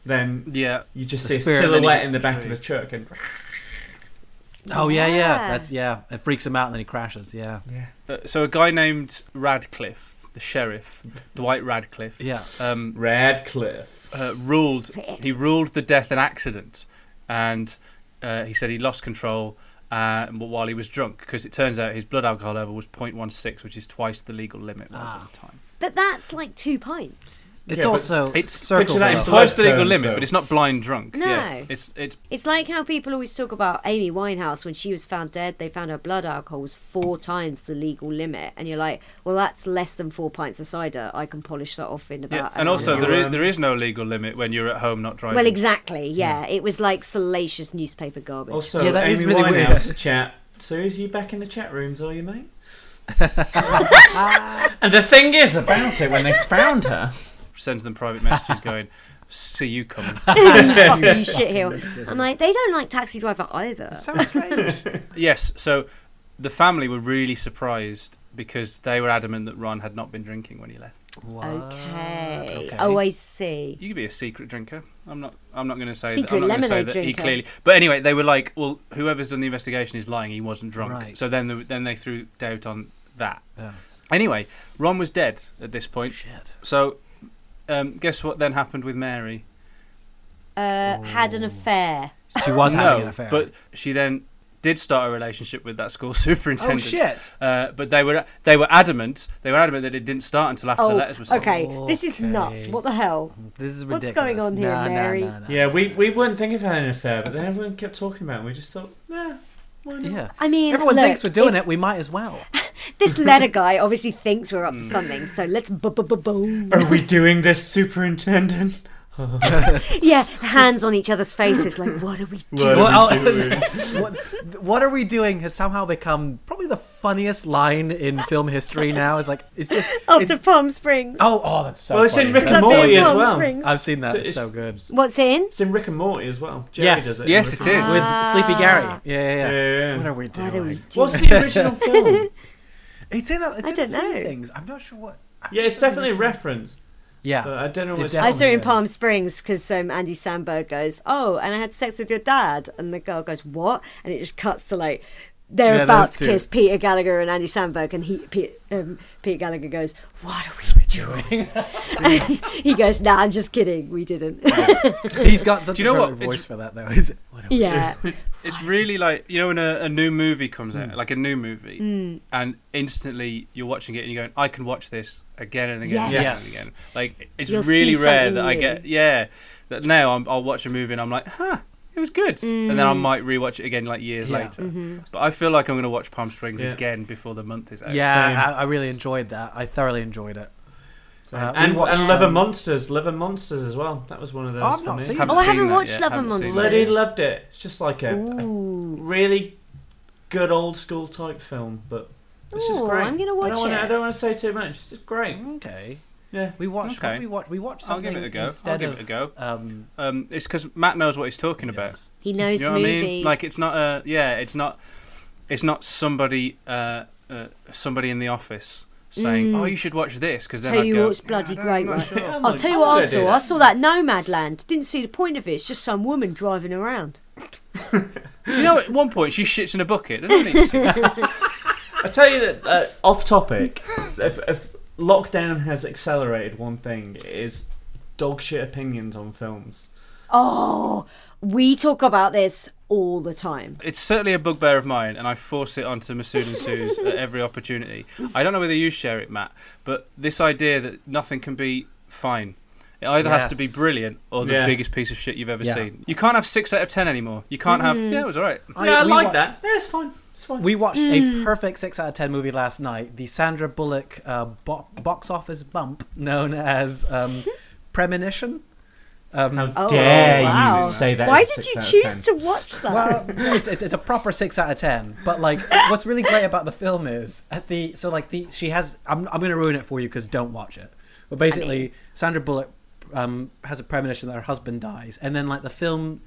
S7: Then
S4: Yeah.
S7: you just
S3: The
S7: see a
S3: spirit, then he
S7: silhouette
S4: hits
S7: in the
S4: the
S7: back
S4: tree.
S7: of the truck, and
S3: *laughs* Oh yeah, yeah.
S6: Yeah.
S3: That's yeah. It freaks him out and then he crashes. Yeah,
S4: Uh, so a guy named Radcliffe, the sheriff, Dwight Radcliffe,
S3: yeah.
S4: um,
S7: Radcliffe.
S4: uh, ruled he ruled the death an accident, and uh, he said he lost control uh, while he was drunk because it turns out his blood alcohol level was 0.16, which is twice the legal limit was at
S6: Ah.
S4: the time.
S6: But that's like two pints.
S3: It's
S7: but
S3: also
S4: it's-
S3: it's circle.
S7: picture that
S4: It's
S7: in
S3: though.
S4: twice the
S7: blood
S4: legal
S7: terms,
S4: limit,
S7: though.
S4: but it's not blind drunk.
S6: No.
S4: yeah, it's it's
S6: It's like how people always talk about Amy Winehouse when she was found dead. They found her blood alcohol was four times the legal limit, and you're like, well, that's less than four pints of cider. I can polish that off in about.
S4: yeah.
S6: an
S4: And also
S6: hour.
S4: there is there is no legal limit when you're at home not driving.
S6: Well, exactly. Yeah, it was like salacious newspaper garbage. *laughs*
S7: Also,
S3: Yeah, that
S7: Amy
S3: is really weird.
S7: Winehouse chat. So is you back in the chat rooms, are
S3: *laughs*
S7: you, mate? and the thing is about it, when they
S6: *laughs*
S3: *laughs*
S7: found *laughs* her,
S4: Sends them private messages going, "See you coming." *laughs*
S6: Fuck you, shithill. I'm like, they don't like Taxi Driver either.
S3: sounds strange.
S7: *laughs*
S4: Yes, so the family were really surprised because they were adamant that Ron had not been drinking when he left.
S6: okay. Oh, I see.
S4: You could be a secret drinker. I'm not. I'm not going to say. that,
S6: Secret
S4: I'm not gonna say
S6: lemonade
S4: that he
S6: drinker.
S4: clearly. But anyway, they were like, "Well, whoever's done the investigation is lying. He wasn't drunk."
S3: Right.
S4: So then, the, then they threw doubt on that.
S3: Yeah.
S4: Anyway, Ron was dead at this point.
S3: Shit.
S4: So, um, guess what then happened with Mary?
S6: Uh, had an affair.
S3: She was having
S4: no,
S3: an affair. Oh,
S4: but she then did start a relationship with that school *laughs* superintendent.
S3: Oh, shit.
S4: Uh, but they were they were adamant. They were adamant that it didn't start until after the
S6: Oh,
S4: letters were sent.
S6: okay. This is nuts. What the hell?
S3: this is ridiculous.
S6: what's going on here,
S3: Nah, nah,
S6: Mary?
S3: nah, nah.
S7: yeah, we, we weren't thinking of having an affair, but then everyone kept talking about it. and We just thought, nah, why not?
S3: Yeah.
S6: I mean,
S3: everyone
S6: look,
S3: thinks we're doing
S6: if-
S3: it. We might as
S7: *laughs*
S3: well.
S6: This letter guy obviously thinks we're up
S4: Hmm.
S6: to something, so let's bu- bu- bu- boom.
S7: Are we doing this, superintendent?
S6: Yeah, hands on each other's faces, like, what are we doing?
S7: What are
S3: Well,
S7: we doing?
S3: what, *laughs* what are we doing has somehow become probably the funniest line in film history now. Is like, it's just,
S6: After
S3: it's,
S6: Palm Springs.
S3: oh, oh, that's so.
S7: Well, it's
S3: funny.
S7: in Rick and
S3: That's-
S6: Club
S7: Morty
S6: in
S7: as
S6: Palm
S7: well.
S6: Springs.
S3: I've seen that.
S7: So
S3: It's
S7: it's-
S3: so good. With
S6: What's it in?
S7: It's in Rick and Morty as well. Jerry
S3: Yes.
S7: does it. in
S4: Yes,
S7: Rick
S4: it
S7: and
S4: is.
S7: Morty.
S3: Sleepy Gary. Yeah, yeah, yeah.
S7: Yeah, yeah.
S3: What are we doing?
S6: Ah. What are we doing?
S7: What's the original film?
S3: It's in. A, it's
S6: I
S3: in
S6: don't
S3: a few
S6: know.
S3: things. I'm not sure what.
S7: Yeah, it's definitely a reference.
S3: Yeah.
S7: But I don't know
S3: It
S7: what it's
S6: I
S3: definitely
S6: saw it in
S3: is.
S6: Palm Springs because um, Andy Samberg goes, "Oh, and I had sex with your dad," and the girl goes, "What?" and it just cuts to like they're
S3: Yeah,
S6: about
S3: those
S6: to
S3: two.
S6: kiss Peter Gallagher and Andy Samberg, and he Pe- um, Peter Gallagher goes, "What are we doing?" *laughs* and he goes, "Nah, I'm just kidding. We didn't." *laughs*
S3: He's got such
S4: Do you
S3: a
S4: know
S3: perfect
S4: what?
S3: voice
S4: It's-
S3: for that, though. Is it? What are we-
S6: yeah,
S4: It's really like you know when a, a new movie comes
S6: Mm.
S4: out, like a new movie, and instantly you're watching it and you're going, "I can watch this again and again,
S3: Yes.
S4: and again and again." Like it's
S6: You'll
S4: really
S6: see
S4: rare
S6: something
S4: that I
S6: new.
S4: get, yeah, that now I'm, I'll watch a movie and I'm like, "Huh, it was good," and then
S6: Mm.
S4: I might rewatch it again like years
S3: Yeah.
S4: later.
S6: Mm-hmm.
S4: But I feel like I'm going to watch Palm Springs
S7: Yeah.
S4: again before the month is out.
S3: Yeah,
S7: Same.
S3: I, I really enjoyed that. I thoroughly enjoyed it. Uh, we
S7: and,
S3: watched,
S7: and Love and
S3: um,
S7: Monsters. Love and Monsters as well. That was one of those
S3: I've
S7: for
S3: not
S7: me.
S3: seen
S4: Haven't
S6: Oh, I
S4: seen
S6: haven't
S4: that
S6: watched
S4: yet,
S6: Love
S4: haven't
S6: and
S4: seen that
S7: Bloody
S4: yet.
S7: loved it. It's just like a, a really good old school type film, but it's just
S6: Ooh,
S7: great.
S6: I'm gonna
S7: I
S6: watch
S7: don't wanna-
S6: it.
S7: I don't want to say too much. It's just great.
S3: Okay.
S7: Yeah.
S3: We watched. what
S4: Okay.
S3: did we watched. We watched
S4: I'll give
S3: something
S4: it a go. I'll
S3: instead
S4: give
S3: of
S4: it a go.
S3: um,
S4: Um, it's because Matt knows what he's talking about.
S6: he knows
S4: you know
S6: movies.
S4: what I mean? Like it's not a yeah, it's not it's not somebody uh, uh, somebody in the office saying, "Oh, you should watch this," because then
S6: Mm. Tell
S4: I'd
S6: you
S4: go,
S6: what's bloody
S4: "Yeah, I don't-
S6: great,
S4: I'm not
S6: right?
S4: sure."
S7: I'm
S6: I'll
S7: like,
S6: tell you
S7: I'm
S6: what I
S7: gonna do
S6: saw. I
S7: that.
S6: saw that Nomadland. Didn't see the point of it. It's just some woman driving around.
S4: you know, at one point she shits in a bucket. I don't need to see
S6: *laughs*
S4: that.
S7: I tell you that uh, off topic. If, if lockdown has accelerated one thing, it is dog shit opinions on films.
S6: Oh, we talk about this all the time.
S4: It's certainly a bugbear of mine, and I force it onto Masood and Suze at every opportunity. I don't know whether you share it, Matt, but this idea that nothing can be fine. It either has to be
S3: Yes.
S4: brilliant or the
S7: Yeah.
S4: biggest piece of shit you've ever
S3: Yeah.
S4: seen. You can't have six out of ten anymore. You can't have
S6: Mm.
S4: yeah, it was all right.
S7: yeah, I
S3: we
S7: like
S3: watched-
S7: that. Mm. Yeah, it's fine. It's fine.
S3: We watched a perfect six out of ten movie last night, the Sandra Bullock uh, bo- box office bump known as um, *laughs* Premonition.
S7: How
S6: Oh,
S7: dare
S6: wow.
S7: you say that?
S6: Why
S7: it's
S6: did
S7: six
S6: you
S7: out of
S6: choose
S7: 10.
S6: to watch that?
S3: Well, it's, it's, it's a proper six out of ten. But like, what's really great about the film is at the so like the she has. I'm I'm gonna ruin it for you because don't watch it. But basically, Sandra Bullock um, has a premonition that her husband dies, and then like the film.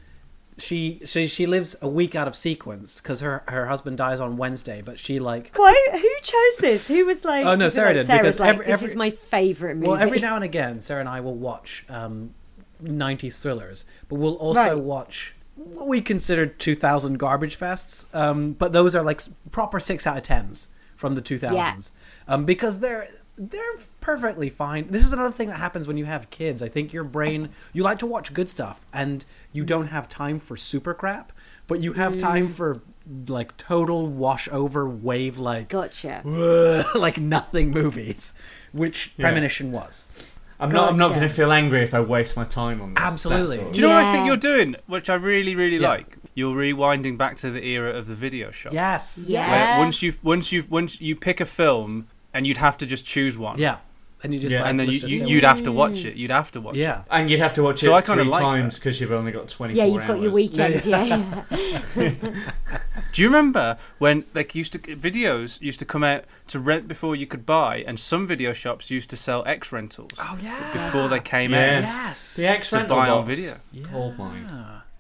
S3: She so she lives a week out of sequence because her her husband dies on Wednesday, but she like
S6: Why, who chose this? Who was like?
S3: Oh, no,
S6: was it
S3: Sarah
S6: like
S3: did,
S6: Sarah's
S3: because
S6: like,
S3: every-
S6: this
S3: every-
S6: is my favorite movie.
S3: Well, every now and again, Sarah and I will watch um, 90s thrillers, but we'll also
S6: Right.
S3: watch what we consider 2000 garbage fests. Um, but those are like s- proper six out of tens from the 2000s um, because they're they're perfectly fine. This is another thing that happens when you have kids. I think your brain you like to watch good stuff and you don't have time for super crap, but you have time for like total wash over wave like
S6: *laughs* gotcha.
S3: *laughs* like nothing movies, which Premonition was.
S7: I'm not. I'm not
S6: Gotcha.
S7: going to feel angry if I waste my time on this. that's
S3: Absolutely.
S7: all.
S4: Do you know what I think
S6: Yeah.
S4: you're doing, which I really, really
S3: Yeah.
S4: like? You're rewinding back to the era of the video shop.
S3: Yes.
S6: Yeah.
S4: Where once you've once you've once you pick a film and you'd have to just choose one.
S3: Yeah. And you just
S7: Yeah.
S3: like
S4: And then
S3: let's
S4: you,
S3: just
S4: you,
S3: say
S4: you'd
S3: what-
S4: have to watch it. You'd have to watch
S3: Yeah.
S7: And you'd have to watch
S4: So I
S7: it
S4: kinda
S7: three
S4: like
S7: times because you've only got 24
S6: yeah, you've got your
S3: *laughs*
S7: hours.
S6: weekend. Yeah, yeah.
S4: it. Do you remember when like used to videos used to come out to rent before you could buy, and some video shops used to sell X rentals
S3: Oh yeah.
S4: before they came out
S7: Yes.
S3: Yes.
S7: The X
S4: to
S7: rental
S4: buy on
S7: box.
S4: video.
S7: Called mine.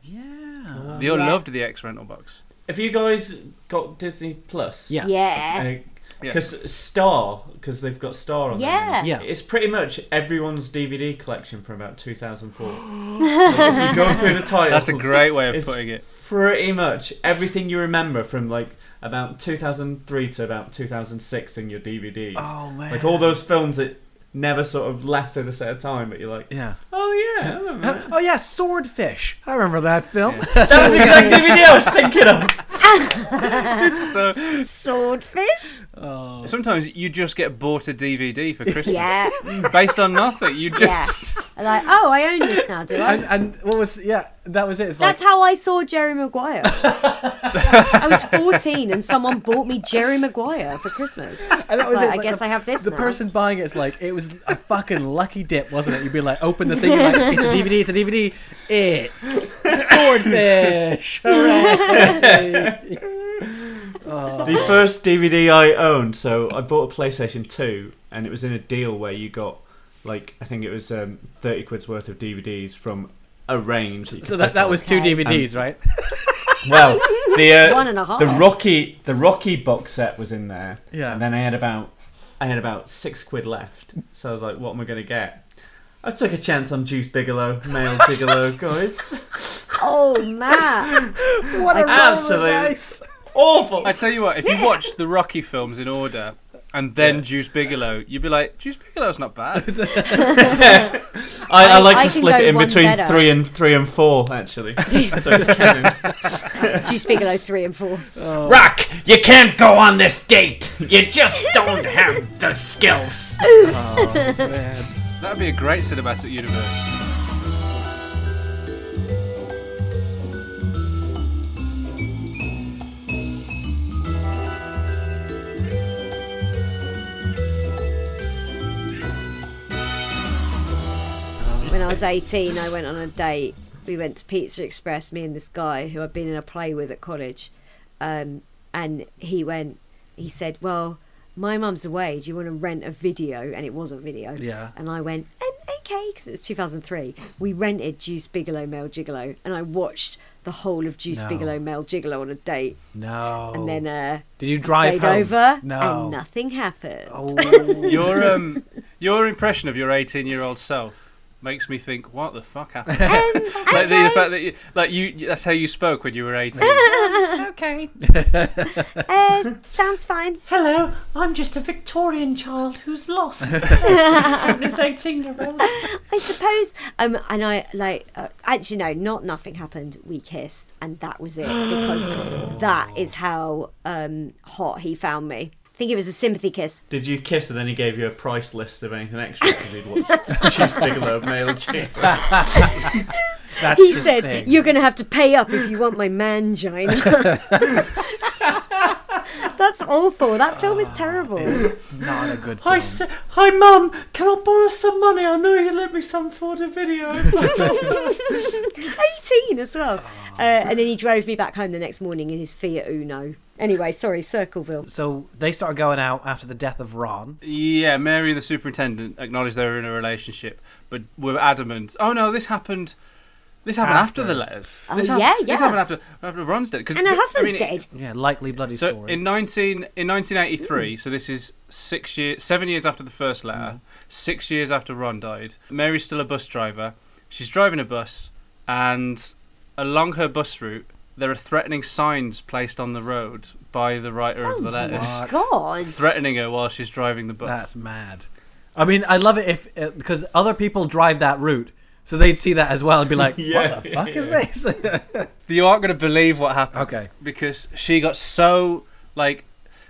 S3: Yeah.
S4: They all loved the X rental box.
S7: Have you guys got Disney Plus?
S3: Yes.
S6: yeah. *laughs*
S4: Yeah.
S7: Because Star, because they've got Star on there now.
S3: Yeah.
S6: Yeah.
S7: It's pretty much everyone's DVD collection from
S6: *gasps*
S7: about 2004. if you go through the titles,
S4: That's a great way of
S7: it's
S4: putting it.
S7: Pretty much everything you remember from like about 2003 to about 2006 in your DVDs.
S3: Oh, man.
S7: Like all those films that never sort of lasted a set of time, but you're like,
S3: Yeah.
S7: oh yeah, I remember that.
S3: Oh yeah, Swordfish. I remember that film.
S7: that was the exact DVD I was thinking of.
S4: So
S6: Swordfish.
S4: sometimes you just get bought a DVD for Christmas
S6: Yeah.
S4: based on nothing. You
S6: Yeah.
S4: just
S6: like, oh, I own this now, do
S3: *laughs*
S6: I?
S3: and, and what was yeah, that was it. It's
S6: That's
S3: like
S6: how I saw Jerry Maguire. I was 14 and someone bought me Jerry Maguire for Christmas.
S3: and that was
S6: like,
S3: it. It's
S6: I
S3: like
S6: guess
S3: the-
S6: I have this
S3: The
S6: now.
S3: person buying it's like it was a fucking lucky dip, wasn't it? You'd be like, open the thing, you're like, it's a DVD, it's a DVD,
S4: *laughs*
S3: it's Swordfish. Hooray. Oh.
S7: The first DVD I owned, so I bought a PlayStation 2, and it was in a deal where you got, like, I think it was um, 30 quid's worth of DVDs from a range. that you
S3: so
S7: could
S3: that
S7: pick
S3: that was two
S6: Okay.
S3: DVDs, right?
S7: up. Well, the, uh,
S6: One and a half.
S7: The Rocky, the Rocky box set was in there,
S3: Yeah.
S7: and then I had about, I had about six quid left, so I was like, what am I going to get? I took a chance on Juice Bigelow,
S6: *laughs*
S7: male Bigelow, guys.
S6: Oh, man.
S3: What a roll
S6: Oh,
S3: of the
S7: Absolute.
S3: dice.
S7: Awful.
S4: I tell you what, if you watched the Rocky films in order and then Juice Bigelow, you'd be like, Juice Bigelow's not bad.
S7: I, I,
S6: I-
S7: like
S6: I
S7: to
S6: can
S7: slip
S6: go
S7: it in
S6: one
S7: between
S6: better.
S7: three and three and four,
S6: *laughs*
S7: actually. so it's canon.
S6: Juice Bigelow 3 and 4.
S7: Rock, you can't go on this date. You just don't have the skills.
S4: That'd be a great cinematic universe.
S6: When I was 18, I went on a date. We went to Pizza Express, me and this guy who I'd been in a play with at college. Um, and he went, he said, Well, my mum's away. Do you want to rent a video? And it was a video.
S3: Yeah.
S6: And I went, um, Okay, because it was 2003. We rented Juice Bigelow, Mel Gigolo. And I watched the whole of Juice
S3: No.
S6: Bigelow, Mel Gigolo on a date.
S3: No.
S6: And then uh,
S3: Did you
S6: I
S3: drive
S6: stayed
S3: home?
S6: over
S3: No.
S6: and nothing happened.
S3: Oh,
S4: Your um, your impression of your 18 year old self makes me think, what the fuck happened?
S6: Um,
S4: *laughs* like the, the fact that you, like you, that's how you spoke when you were eighteen.
S6: *laughs*
S8: Okay.
S6: Uh, sounds fine.
S8: Hello, I'm just a Victorian child who's
S6: *laughs*
S8: lost. He's 18 year old.
S6: I suppose. Um, and I like uh, actually no, not nothing happened. We kissed, and that was it because that is how um hot he found me. I think it was a sympathy kiss.
S7: Did you kiss and then he gave you a price list of anything extra because he'd watched *laughs* Chief Bigelow male chick?
S3: That's
S6: He
S3: his
S6: said,
S3: thing.
S6: "You're going to have to pay up if you want my mangina." *laughs* That's awful. That film is terrible.
S3: It's not a good
S8: I say,
S3: film.
S8: *laughs* Hi, Mum, can I borrow some money? I know you lent me some for the video.
S6: 18 as well. Uh, and then he drove me back home the next morning in his Fiat Uno. Anyway, sorry, Circleville.
S3: *laughs* So they started going out after the death of Ron.
S4: yeah, Mary and the superintendent acknowledged they were in a relationship, but were adamant. Oh no, this happened. This happened after, the letters.
S6: Oh,
S4: this hap-
S6: yeah, yeah.
S4: This happened after after Ron's dead. 'cause
S6: And her
S4: th- I
S6: husband's
S4: mean, it-
S6: dead.
S3: Yeah, likely bloody
S4: So
S3: story.
S4: in nineteen in nineteen eighty three, so this is six years, seven years after the first
S3: Mm-hmm.
S4: letter, six years after Ron died. Mary's still a bus driver. She's driving a bus, and along her bus route, there are threatening signs placed on the road by the writer
S3: Oh
S4: of the letters,
S6: God.
S4: threatening her while she's driving the bus.
S3: That's mad. I mean, I love it if uh, because other people drive that route, so they'd see that as well and be like,
S7: Yeah,
S3: "What the fuck is this?" *laughs*
S4: you aren't going to believe what happened.
S3: Okay.
S4: Because she got so like.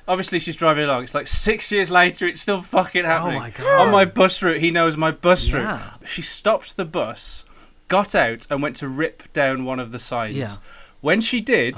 S4: Obviously, she's driving along. It's like six years later. It's still fucking happening.
S3: Oh my God.
S4: On my bus route, he knows my bus
S3: Yeah.
S4: route. She stopped the bus, got out, and went to rip down one of the signs.
S3: Yeah. Oh,
S4: When she did,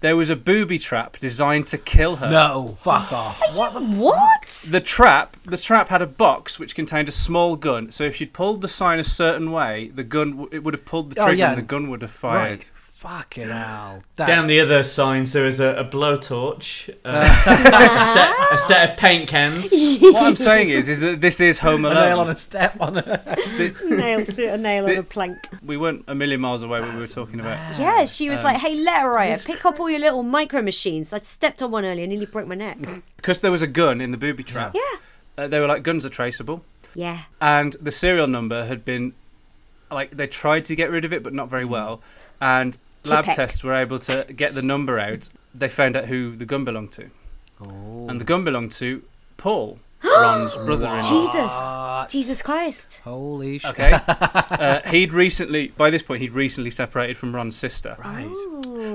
S4: there was a booby trap designed to kill her.
S3: no, fuck off. What the?
S6: What?
S4: The trap, the trap had a box which contained a small gun. So if she'd pulled the sign a certain way, the gun w- it would have pulled the
S3: Oh,
S4: trigger
S3: yeah.
S4: and the gun would have fired.
S3: Right. Fucking hell. That's,
S7: Down the other signs, there was a, a blowtorch, uh, *laughs* a, set, a set of paint cans.
S4: what I'm saying is, is that this
S3: *laughs*
S4: is Home
S3: a
S4: Alone.
S3: nail on a step on a.
S6: nail, a nail on a plank.
S4: We weren't a million miles away when we were talking about.
S6: Yeah, she was like, hey, letter writer, pick up all your little micro machines. I stepped on one earlier and nearly broke my neck.
S4: Because there was a gun in the booby trap.
S6: Yeah.
S4: Uh, they were like, guns are traceable.
S6: Yeah.
S4: And the serial number had been, like, they tried to get rid of it, but not very well. And lab
S6: Tipex.
S4: tests were able to get the number out. They found out who the gun belonged to. And the gun belonged to Paul, Ron's brother in law.
S6: Jesus.
S3: Ah.
S6: Jesus Christ.
S3: Uh, Holy shit.
S4: Okay. Uh, he'd recently, by this point, he'd recently separated from Ron's sister.
S3: Right.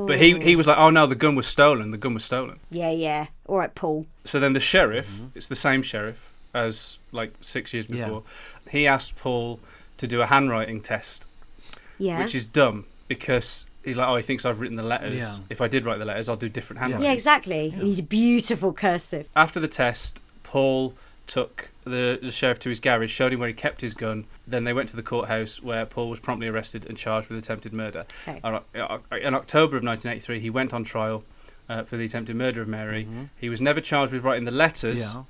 S4: But he, he was like, oh no, the gun was stolen. The gun was stolen.
S6: Yeah, yeah. All right, Paul.
S4: So then the sheriff, it's the same sheriff as like six years
S3: Mm-hmm. Yeah.
S4: before, he asked Paul to do a handwriting test,
S6: Yeah.
S4: which is dumb because he's like, oh, he thinks I've written the letters.
S3: Yeah.
S4: If I did write the letters, I'll do different handwriting.
S6: yeah, exactly. And he's a beautiful cursive.
S4: After the test, Paul took the, the sheriff to his garage, showed him where he kept his gun. Then they went to the courthouse where Paul was promptly arrested and charged with attempted murder.
S6: Okay.
S4: All right, uh, In October of 1983, he went on trial uh, for the attempted murder of Mary. He was never charged with writing the letters.
S3: Mm-hmm. Yeah.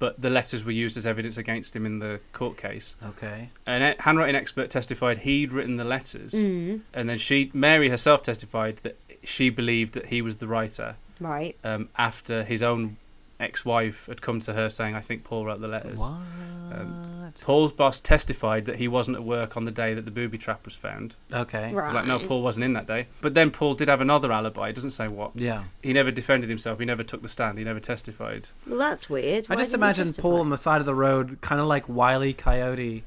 S4: but the letters were used as evidence against him in the court case.
S3: Okay.
S4: An e- handwriting expert testified he'd written the letters, and then she, Mary herself, testified that she believed that he was the writer
S6: Right.
S4: um, after his own ex-wife had come to her saying, "I think Paul wrote the letters."
S3: What?
S4: Paul's boss testified that he wasn't at work on the day that the booby trap was found.
S3: okay.
S4: It
S6: Right.
S4: was like, no, Paul wasn't in that day. But then Paul did have another alibi. It doesn't say what.
S3: Yeah.
S4: He never defended himself. He never took the stand. He never testified.
S6: Well, that's weird.
S3: I
S6: Why
S3: just
S6: didn't he
S3: imagine
S6: testify?
S3: Paul on the side of the road, kind of like Wiley Coyote,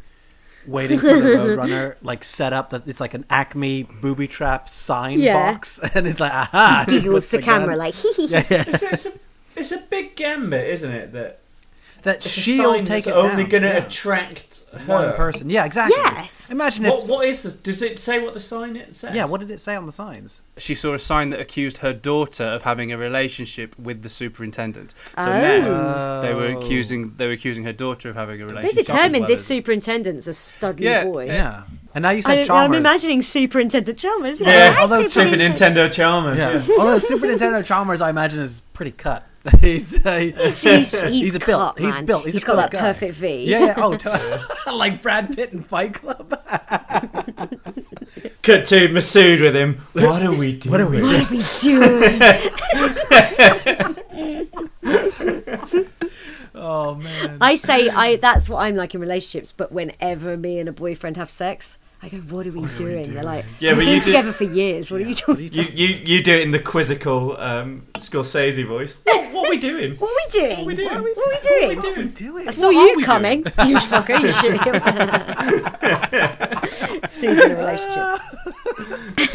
S3: waiting for the roadrunner, like set up that it's like an Acme booby trap sign
S6: Yeah.
S3: box, *laughs* and it's like, aha!
S6: He giggles to
S3: once again.
S6: camera like, *laughs* hee hee. hee.
S7: It's, it's, a, it's a big gambit, isn't it? That
S3: that
S7: it's a
S3: she'll
S7: sign
S3: take
S7: that's
S3: it
S7: only
S3: down.
S7: going to
S3: Yeah.
S7: attract her.
S3: one person. Yeah, exactly.
S6: Yes.
S3: Imagine if.
S7: What, what is this? Does it say what the sign it says?
S3: yeah, what did it say on the signs?
S4: she saw a sign that accused her daughter of having a relationship with the superintendent. So
S6: Oh.
S4: now they were
S3: Oh.
S4: accusing they were accusing her daughter of having a
S6: They
S4: relationship.
S6: determined
S4: as well
S6: this
S4: as-
S6: superintendent's a studly
S4: Yeah,
S6: boy.
S3: Yeah. And now you
S6: Eh. I
S3: said
S6: don't, I'm
S3: Chalmers.
S6: imagining Superintendent Chalmers. Yeah,
S7: Yeah,
S6: Hi,
S7: although Super
S6: Superintendent.
S7: Nintendo Chalmers.
S3: Yeah. *laughs*
S7: Yeah.
S3: Although Super Nintendo Chalmers, I imagine, is pretty cut. *laughs* he's, uh, *laughs* he's,
S6: He's, he's,
S3: a built.
S6: cut,
S3: He's
S6: man.
S3: built. He's
S6: he's
S3: a built
S6: got that
S3: guy.
S6: perfect V.
S3: Yeah, yeah.
S6: *laughs*
S3: Oh, t- *laughs* like Brad Pitt in Fight *laughs* Club.
S7: Cut to Masood with him. What are we doing? What are we doing?
S6: What are we doing?
S3: Oh man.
S6: I say I that's what I'm like in relationships, but whenever me and a boyfriend have sex, I go, What are we, doing? They're like,
S7: Yeah,
S6: We've
S7: but
S6: been
S7: you do-
S6: together for years, what are you doing?
S7: You, you you do it in the quizzical um, Scorsese voice. What, what are we doing?
S6: What are we doing?
S7: we doing?
S6: What are
S7: What
S6: we doing?
S7: What are we doing?
S6: I saw you coming. *laughs* you fucker, you should Suits in a relationship.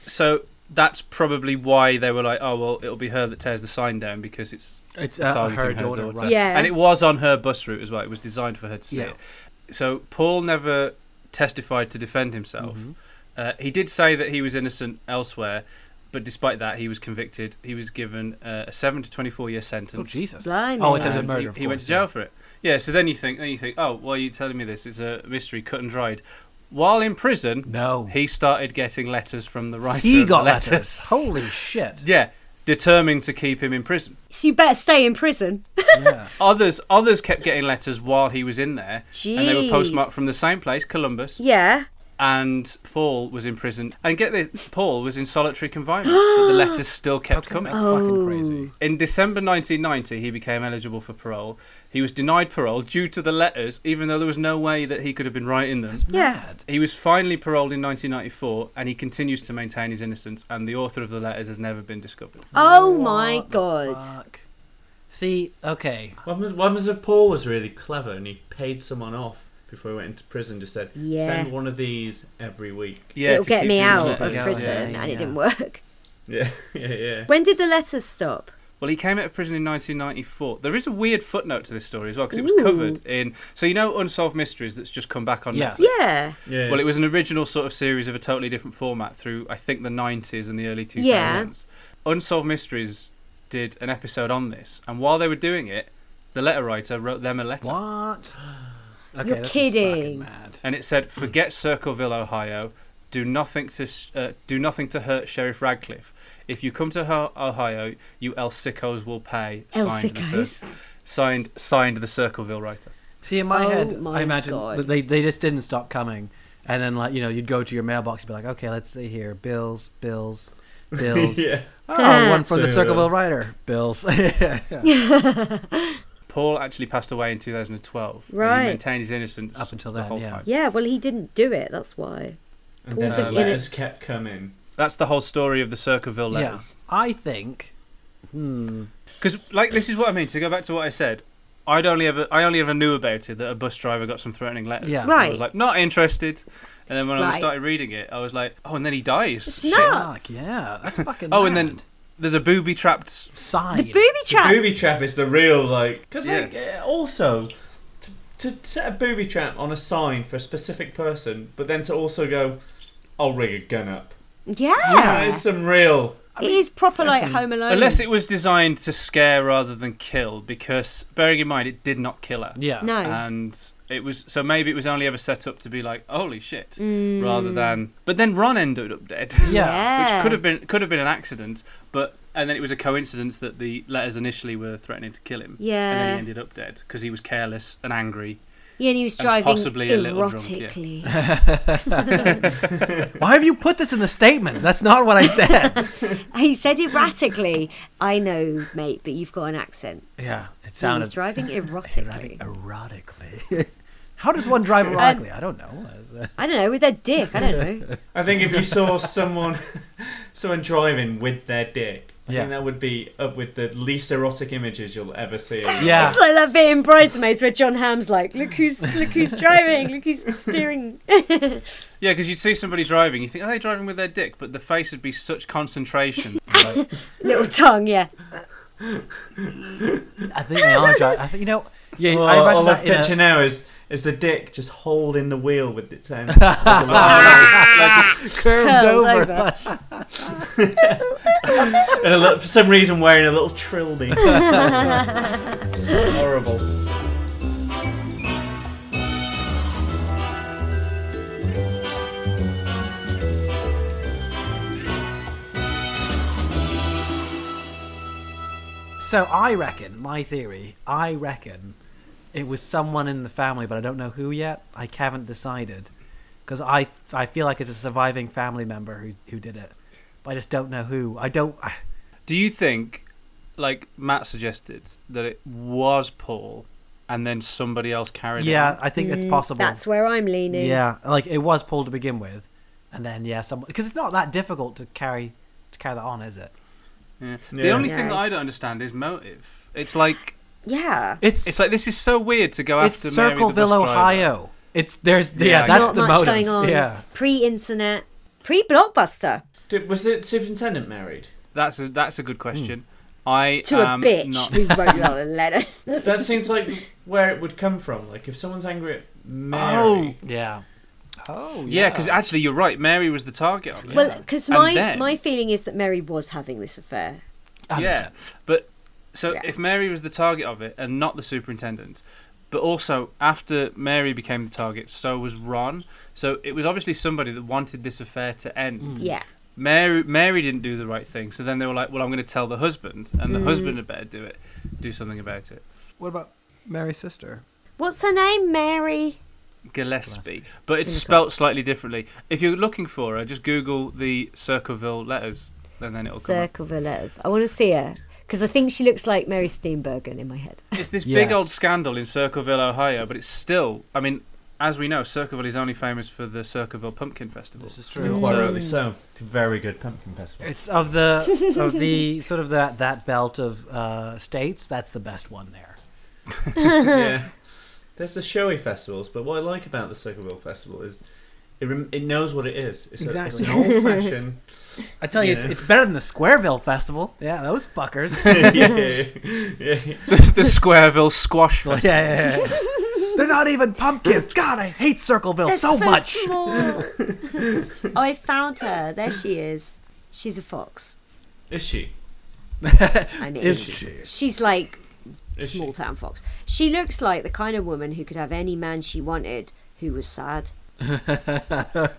S4: So that's probably why they were like, oh well, it'll be her that tears the sign down because it's
S3: It's uh,
S4: targeting
S3: her daughter. Right.
S6: Yeah.
S4: and it was on her bus route as well. It was designed for her to see
S3: Yeah.
S4: it. So Paul never testified to defend himself.
S3: Mm-hmm.
S4: Uh, he did say that he was innocent elsewhere, but despite that, he was convicted. He was given uh, a seven to twenty-four year
S3: Oh
S4: sentence.
S3: Jesus.
S6: Blimey.
S3: Oh, it's attempted
S4: And
S3: murder.
S4: He,
S3: of
S4: he went
S3: course,
S4: to jail
S3: yeah.
S4: for it. Yeah. So then you think, then you think, oh, why are you telling me this? It's a mystery, cut and dried. While in prison,
S3: No.
S4: he started getting letters from the writer.
S3: He
S4: of
S3: got
S4: letters.
S3: letters. Holy shit.
S4: *laughs* Yeah, determined to keep him in prison.
S6: So you better stay in prison. *laughs*
S4: Others others kept getting letters while he was in there, and they
S6: Jeez.
S4: were postmarked from the same place, Columbus.
S6: yeah.
S4: And Paul was in prison. And get this, Paul was in solitary confinement,
S3: *gasps*
S4: but the letters still kept coming.
S6: Oh.
S3: That's fucking crazy.
S4: In December 1990, he became eligible for parole. He was denied parole due to the letters, even though there was no way that he could have been writing them.
S6: Yeah.
S4: He was finally paroled in 1994, and he continues to maintain his innocence. And the author of the letters has never been discovered.
S6: Oh my god.
S3: Fuck. See, okay.
S7: *laughs* One was, one was if Paul was really clever and he paid someone off before he went into prison. Just said,
S6: Yeah.
S7: send one of these every week.
S4: Yeah,
S6: It'll
S4: to
S6: get
S4: keep
S6: me
S4: his
S6: out
S4: letters.
S6: of
S3: Yeah,
S6: prison.
S3: yeah,
S6: and it
S3: yeah.
S6: didn't work.
S7: *laughs* Yeah, yeah, yeah.
S6: When did the letters stop?
S4: Well, he came out of prison in 1994. There is a weird footnote to this story as well because it
S6: Ooh.
S4: was covered in. So you know, Unsolved Mysteries that's just come back on
S3: Yes.
S4: Netflix.
S6: Yeah.
S7: yeah.
S4: Well, it
S7: *laughs*
S4: was an original sort of series of a totally different format through I think the 90s and the early 2000s.
S6: Yeah.
S4: Unsolved Mysteries did an episode on this, and while they were doing it, the letter writer wrote them a letter.
S3: What? Okay,
S6: You're
S3: this is
S6: kidding.
S3: fucking mad.
S4: and it said, "Forget Circleville, Ohio. Do nothing to sh- uh, do nothing to hurt Sheriff Radcliffe. If you come to Ho- Ohio, you El Sickos will pay."
S6: El
S4: the
S6: Sickos?
S4: signed signed the Circleville writer.
S3: See, in my
S6: Oh
S3: head,
S6: my
S3: I imagine
S6: God.
S3: that they, they just didn't stop coming. And then, like, you know, you'd go to your mailbox and be like, okay, let's see here. Bills, bills, bills.
S7: yeah.
S3: Oh, one from the
S7: So, uh,
S3: Circleville Writer. Bills. *laughs*
S4: Paul actually passed away in 2012. and
S6: Right.
S4: he maintained his innocence
S3: Up until
S4: the
S3: then,
S4: whole
S3: yeah.
S4: time.
S6: Yeah, well, he didn't do it. That's why.
S7: And then
S6: Paul's
S7: the
S6: in it.
S7: letters kept coming.
S4: That's the whole story of the Circleville
S3: yeah.
S4: letters.
S3: I think.
S4: Because like this is what I mean. To go back to what I said. I'd only ever, I only ever knew about it that a bus driver got some threatening letters.
S3: Yeah.
S4: And I
S6: Right.
S4: was like, not interested. And then when I
S6: Right.
S4: started reading it, I was like, oh, and then he dies.
S6: It's
S4: Shit.
S6: nuts.
S3: Fuck, yeah. That's fucking
S4: Oh, and then
S3: mad.
S4: there's a booby trapped.
S3: Side.
S6: Booby trap.
S7: Booby trap is the real like. Because
S4: Yeah.
S7: like, uh, also to, to set a booby trap on a sign for a specific person, but then to also go, I'll rig a gun up.
S6: Yeah.
S7: That is some real.
S6: it is proper like Home Alone.
S4: Unless it was designed to scare rather than kill, because bearing in mind it Uh, did not kill her.
S3: Yeah.
S6: no.
S4: And it was so maybe it was only ever set up to be like holy shit, rather than. But then Ron ended up dead,
S3: Yeah.
S4: which could have been could have been an accident, but and then it was a coincidence that the letters initially were threatening to kill him. And then
S6: Yeah.
S4: he ended up dead because he was careless and angry.
S6: Yeah, and he was
S4: And
S6: driving
S4: possibly a little drunk, yeah. *laughs*
S6: erotically.
S3: Why have you put this in the statement? That's not
S6: *laughs*
S3: what I said.
S6: *laughs* he said erratically. I know, mate, but you've got an accent.
S3: yeah. It
S6: He was
S3: sounded
S4: *laughs*
S6: driving erotically.
S3: Driving erotically. *laughs* How does one drive erotically? I don't
S6: *laughs*
S3: know. Is that-
S6: I don't know, with their dick. I don't
S4: *laughs*
S6: know.
S7: I think
S3: *laughs*
S7: if you saw someone, *laughs* someone driving with their dick, I
S3: Yeah.
S7: think that would be up with the least erotic images you'll ever see.
S3: *laughs* Yeah.
S6: It's like that bit in Bridesmaids where John Hamm's like, "Look who's look who's driving, look who's steering." *laughs*
S4: Yeah, because you'd see somebody driving, you think, are they driving with their dick? But the face would be such concentration.
S6: Little tongue, yeah.
S3: I think they are driving. I think, you know. Yeah,
S7: Well,
S3: I imagine
S7: all I
S3: that in a-
S7: picture now is is the dick just holding the wheel with its
S3: *laughs*
S7: end. With the line.
S6: *laughs*
S3: curved
S6: Curled
S3: over.
S4: *laughs*
S6: over.
S7: and a little, for some reason wearing a
S3: *laughs*
S7: little trilby. Horrible.
S3: So I reckon, my theory, I reckon it was someone in the family, but I don't know who yet. I haven't decided because I I feel like it's a surviving family member who who did it, but I just don't know who. I don't. I,
S4: Do you think, like Matt suggested, that it was Paul, and then somebody else carried
S3: Yeah,
S4: it.
S3: I think it's possible.
S6: Mm, That's where I'm leaning.
S3: yeah, like it was Paul to begin with, and then yeah, someone because it's not that difficult to carry to carry that on, is it?
S4: Yeah. The
S7: Yeah.
S4: only thing
S6: Yeah.
S4: that I don't understand is motive. It's like
S6: Yeah.
S3: It's
S4: it's like this is so weird to go
S3: it's
S4: after Mary the bus
S3: Circleville,
S4: driver.
S3: Ohio. It's there's yeah,
S4: Yeah, I
S3: that's
S4: guess.
S6: Not
S3: the
S6: much
S3: motive.
S6: going on.
S3: Yeah,
S6: Pre-internet, pre-blockbuster.
S7: Did, was it Superintendent married?
S4: That's a that's a good question. I
S6: Hmm. to
S4: am
S6: a bitch
S4: Um,
S6: *laughs*
S4: not-
S6: who wrote a lot
S4: *laughs*
S6: of letters.
S7: That seems like where it would come from. Like if someone's angry at
S4: Oh
S7: Mary.
S3: yeah. Oh
S4: yeah, because actually you're right. Mary was the target. On it.
S6: Well, because
S4: And
S6: my
S4: then- Mm.
S6: my feeling is that Mary was having this affair.
S4: yeah, but so
S6: Yeah.
S4: if Mary was the target of it and not the superintendent, but also after Mary became the target, so was Ron. So it was obviously somebody that wanted this affair to end.
S6: Yeah.
S4: Mary Mary didn't do the right thing, so then they were like, "Well, I'm going to tell the husband, and the husband had better do it, do something about it."
S3: What about Mary's sister?
S6: What's her name? Mary.
S4: Gillespie, but it's spelt slightly differently. If you're looking for her, just Google the Circleville letters, and then it'll come. Up.
S6: Circle the letters. I want to see her because I think she looks like Mary Steenburgen in my head.
S4: It's this big old
S3: Yes.
S4: scandal in Circleville, Ohio, but it's still. I mean, as we know, Circleville is only famous for the Circleville Pumpkin Festival.
S3: This is
S7: Quite
S3: true.
S7: rightly so. It's a very good pumpkin festival.
S3: It's of the of *laughs* the sort of that that belt of uh, states. That's the best one there.
S7: yeah. *laughs* There's the showy festivals, but what I like about the Circleville Festival is it, rem- it knows what it is. It's,
S3: Exactly.
S7: a, it's an old-fashioned... *laughs*
S3: I tell you,
S7: Yeah.
S3: it's, it's better than the Squareville Festival. *laughs* Yeah, those fuckers.
S7: yeah, yeah, yeah.
S4: *laughs* the, the Squareville Squash
S3: yeah,
S4: Festival.
S3: yeah, yeah. *laughs* They're not even pumpkins. God, I hate Circleville
S6: They're
S3: so, much.
S6: small. *laughs* I found her. There she is. She's a fox.
S7: Is she?
S6: I mean,
S3: Is she?
S6: she's like
S7: Is she?
S6: small town fox. She looks like the kind of woman who could have any man she wanted who was sad.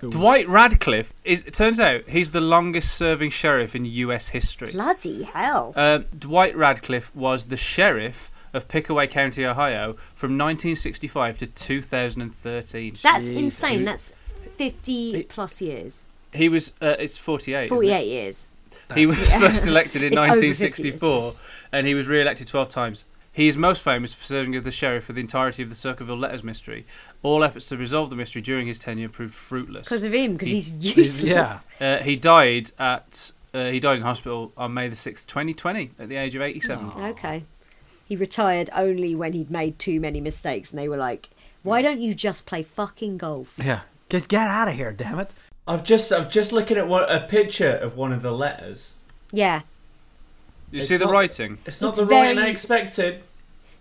S4: Dwight Radcliffe. Is, it turns out he's the longest-serving sheriff in U.S. history.
S6: Bloody hell.
S4: Uh, Dwight Radcliffe was the sheriff of Pickaway County, Ohio, from 1965 to 2013.
S6: That's
S3: Jesus.
S6: insane. That's 50 plus years.
S4: He was. Uh, it's 48. isn't it?
S6: 48 years.
S4: He was
S6: *laughs*
S4: first elected in
S6: It's over
S4: 1964, and he was re-elected 12 times. He is most famous for serving as the sheriff for the entirety of the Circleville letters mystery. All efforts to resolve the mystery during his tenure proved fruitless.
S6: Because of him, because he's useless.
S3: yeah.
S4: Uh, he died at uh, he died in hospital on May the sixth, 2020, at the age of 87.
S6: Okay. He retired only when he'd made too many mistakes, and they were like, why don't you just play fucking golf?
S3: Yeah, just get out of here, damn it.
S7: I've just I've just looking at one, a picture of one of the letters.
S6: Yeah.
S4: You
S7: It's
S4: see the
S7: not-
S4: writing.
S7: It's not
S6: It's
S7: the writing I
S6: very-
S7: expected.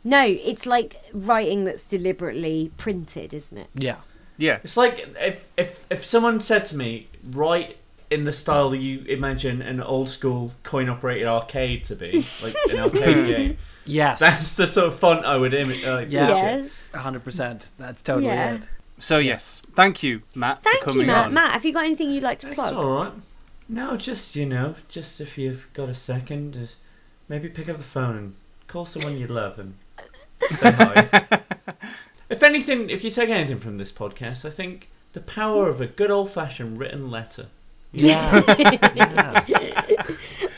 S6: No, it's like writing that's deliberately printed, isn't it?
S3: Yeah.
S4: Yeah,
S7: It's like if if if someone said to me, write in the style that you imagine an old school coin operated arcade to be, like an arcade game.
S3: Yes.
S7: That's the sort of font I would image. Uh,
S3: Yeah.
S7: picture.
S6: Yes.
S3: 100%. That's totally
S6: Yeah.
S3: it.
S4: So yes, thank you, Matt,
S6: Thank
S4: for
S6: you,
S4: coming
S6: Matt.
S4: on.
S6: Matt, have you got anything you'd like to
S7: It's
S6: plug? *laughs*
S7: all right. No, just you know, just if you've got a second, just maybe pick up the phone and call someone you love and say hi.
S6: *laughs*
S7: if anything, if you take anything from this podcast, I think the power of a good old-fashioned written letter.
S3: *laughs* Yeah. yeah.
S6: *laughs*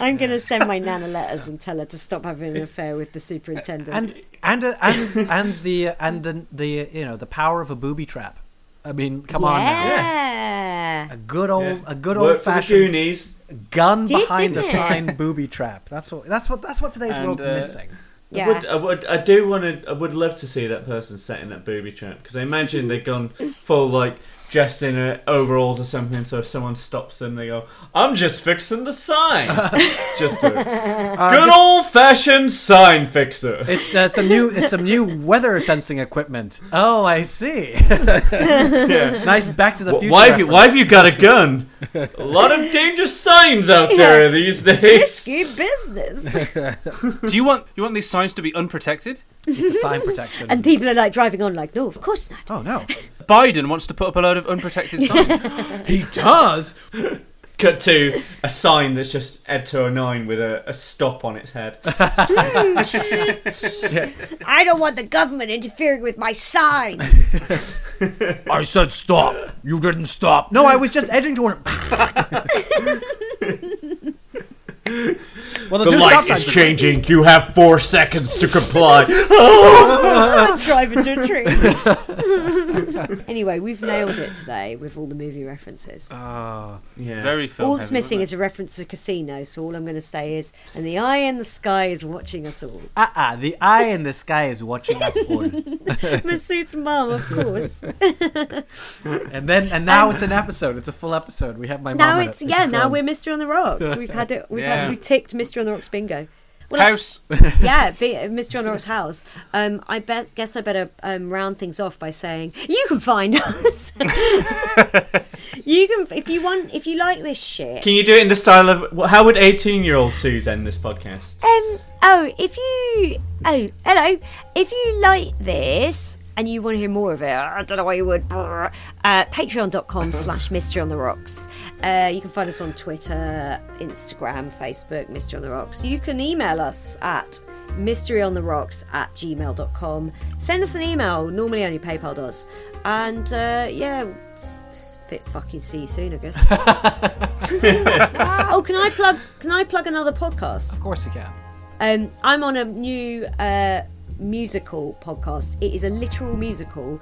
S6: I'm going to send my Nana letters and tell her to stop having an affair with the superintendent.
S3: And and uh, and and the and the, the you know, the power of a booby trap. I mean, come on now.
S6: yeah.
S3: A good old a good
S7: Work
S3: old
S7: for the
S3: fashioned
S7: Goonies.
S3: gun
S6: Did,
S3: behind the
S6: didn't it?
S3: sign booby trap. That's what that's what that's what today's
S4: And,
S3: world's
S4: uh,
S3: missing.
S6: Yeah.
S7: I would, I would, I do want to. I would love to see that person setting that booby trap because I imagine they've gone full like dressed in uh, overalls or something. So if someone stops them, they go, "I'm just fixing the sign."
S6: *laughs*
S7: just do it.
S3: Uh,
S7: good old-fashioned
S3: *laughs*
S7: sign fixer.
S3: It's uh, some new it's some new weather sensing equipment. Oh, I see. *laughs* nice back to the future.
S7: Why have, you,
S3: reference.
S7: why have you got
S3: *laughs*
S7: a gun? a lot of dangerous signs out there these days.
S6: Risky
S3: *laughs*
S6: business.
S4: Do you want you want these signs to be unprotected?
S3: It's a sign protection.
S6: and people are like driving on, like, no, of course not.
S3: oh no.
S4: Biden wants to put up a load of
S6: *laughs*
S4: unprotected signs.
S3: He does.
S7: Cut to a sign that's just Ed 209 with a, a stop on its
S3: *laughs*
S7: head.
S6: I don't want the government interfering with my *laughs* signs.
S3: I said stop. You didn't stop. No, I was just edging toward. Well, there's
S7: the
S3: no stop
S7: light
S3: signs
S7: is
S3: in
S7: changing. You have four seconds to comply.
S6: drive into a tree. *laughs* anyway, we've nailed it today with all the movie references.
S7: yeah.
S4: Very film.
S6: all that's
S4: heavy,
S6: missing
S4: wasn't
S6: is a reference to Casino. So all I'm going to say is, and the eye in the sky is watching us *laughs* all.
S3: Uh uh the eye in the sky is watching us porn.
S6: Masood's mum, *laughs* of course.
S3: And then and now it's an episode. It's a full episode. We have my
S6: now
S3: mom. in
S6: it's
S3: it.
S6: yeah. Now
S3: fun.
S6: we're Mr. on the Rocks. We've had it. We've
S4: Yeah.
S6: had we ticked Mr. on the Rocks bingo.
S4: it? House. *laughs*
S6: yeah, be, Mr. on the Rocks house. Um, I be- guess I better um, round things off by saying you can find *laughs* us. you can if you want if you like this shit.
S7: Can you do it in the style of wh- how would eighteen-year-old Suze end this podcast?
S6: Um. Oh, if you. Oh, hello. If you like this and you want to hear more of it, I don't know why you would. brr, Uh, Patreon.com slash Mystery on the Rocks. Uh, you can find us on Twitter, Instagram, Facebook, Mystery on the Rocks. You can email us at mysteryontheRocks at gmail.com. Send us an email. Normally only PayPal does. And uh, yeah. s- s- Fit fucking see you soon, I guess. *laughs* oh, can I plug? Can I plug another podcast?
S3: Of course you can.
S6: Um, I'm on a new uh, musical podcast. It is a literal musical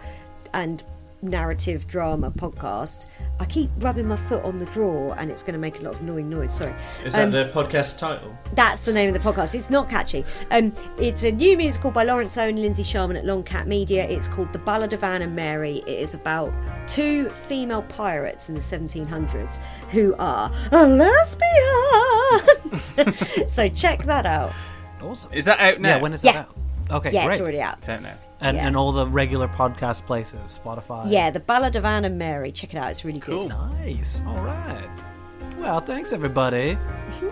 S6: and narrative drama podcast. I keep rubbing my foot on the drawer and it's going to make a lot of annoying noise. Sorry.
S7: Is
S6: Um,
S7: that the podcast title?
S6: that's the name of the podcast. It's not catchy. Um, it's a new musical by Lawrence Owen and Lindsay Sharman at Long Cat Media. It's called The Ballad of Anne and Mary. It is about two female pirates in the 1700s who are lesbians. *laughs* so check that out.
S3: Awesome.
S4: Is that out now?
S3: yeah, when is
S6: Yeah.
S3: that out? Okay,
S6: Yeah,
S3: great.
S6: it's already out.
S4: It's out now.
S3: And,
S6: yeah.
S3: and all the regular podcast places, Spotify.
S6: Yeah, The Ballad of Anne and Mary. Check it out. It's really good.
S3: Nice. All right. Well, thanks
S6: *laughs*
S3: everybody.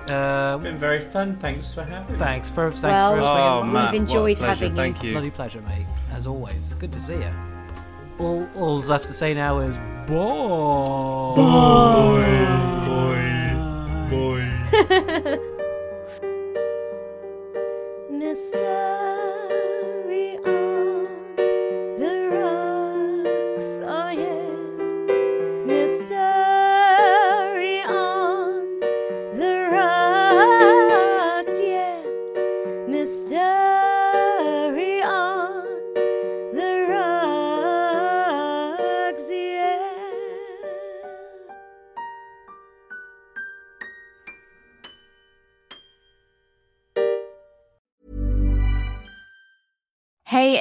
S3: Uh,
S7: It's been very fun. Thanks for having me.
S3: thanks for thanks
S6: Well,
S3: for
S4: Oh
S3: swinging
S4: man,
S3: by.
S4: what a
S6: enjoyed
S4: pleasure.
S6: having you.
S4: Thank you.
S3: Bloody pleasure, mate. As always, good to see you. All all's left to say now is bye.
S6: Mystery on the rocks, oh yeah. Mystery on the rocks, yeah. Mystery on the rocks, yeah.
S9: Hey,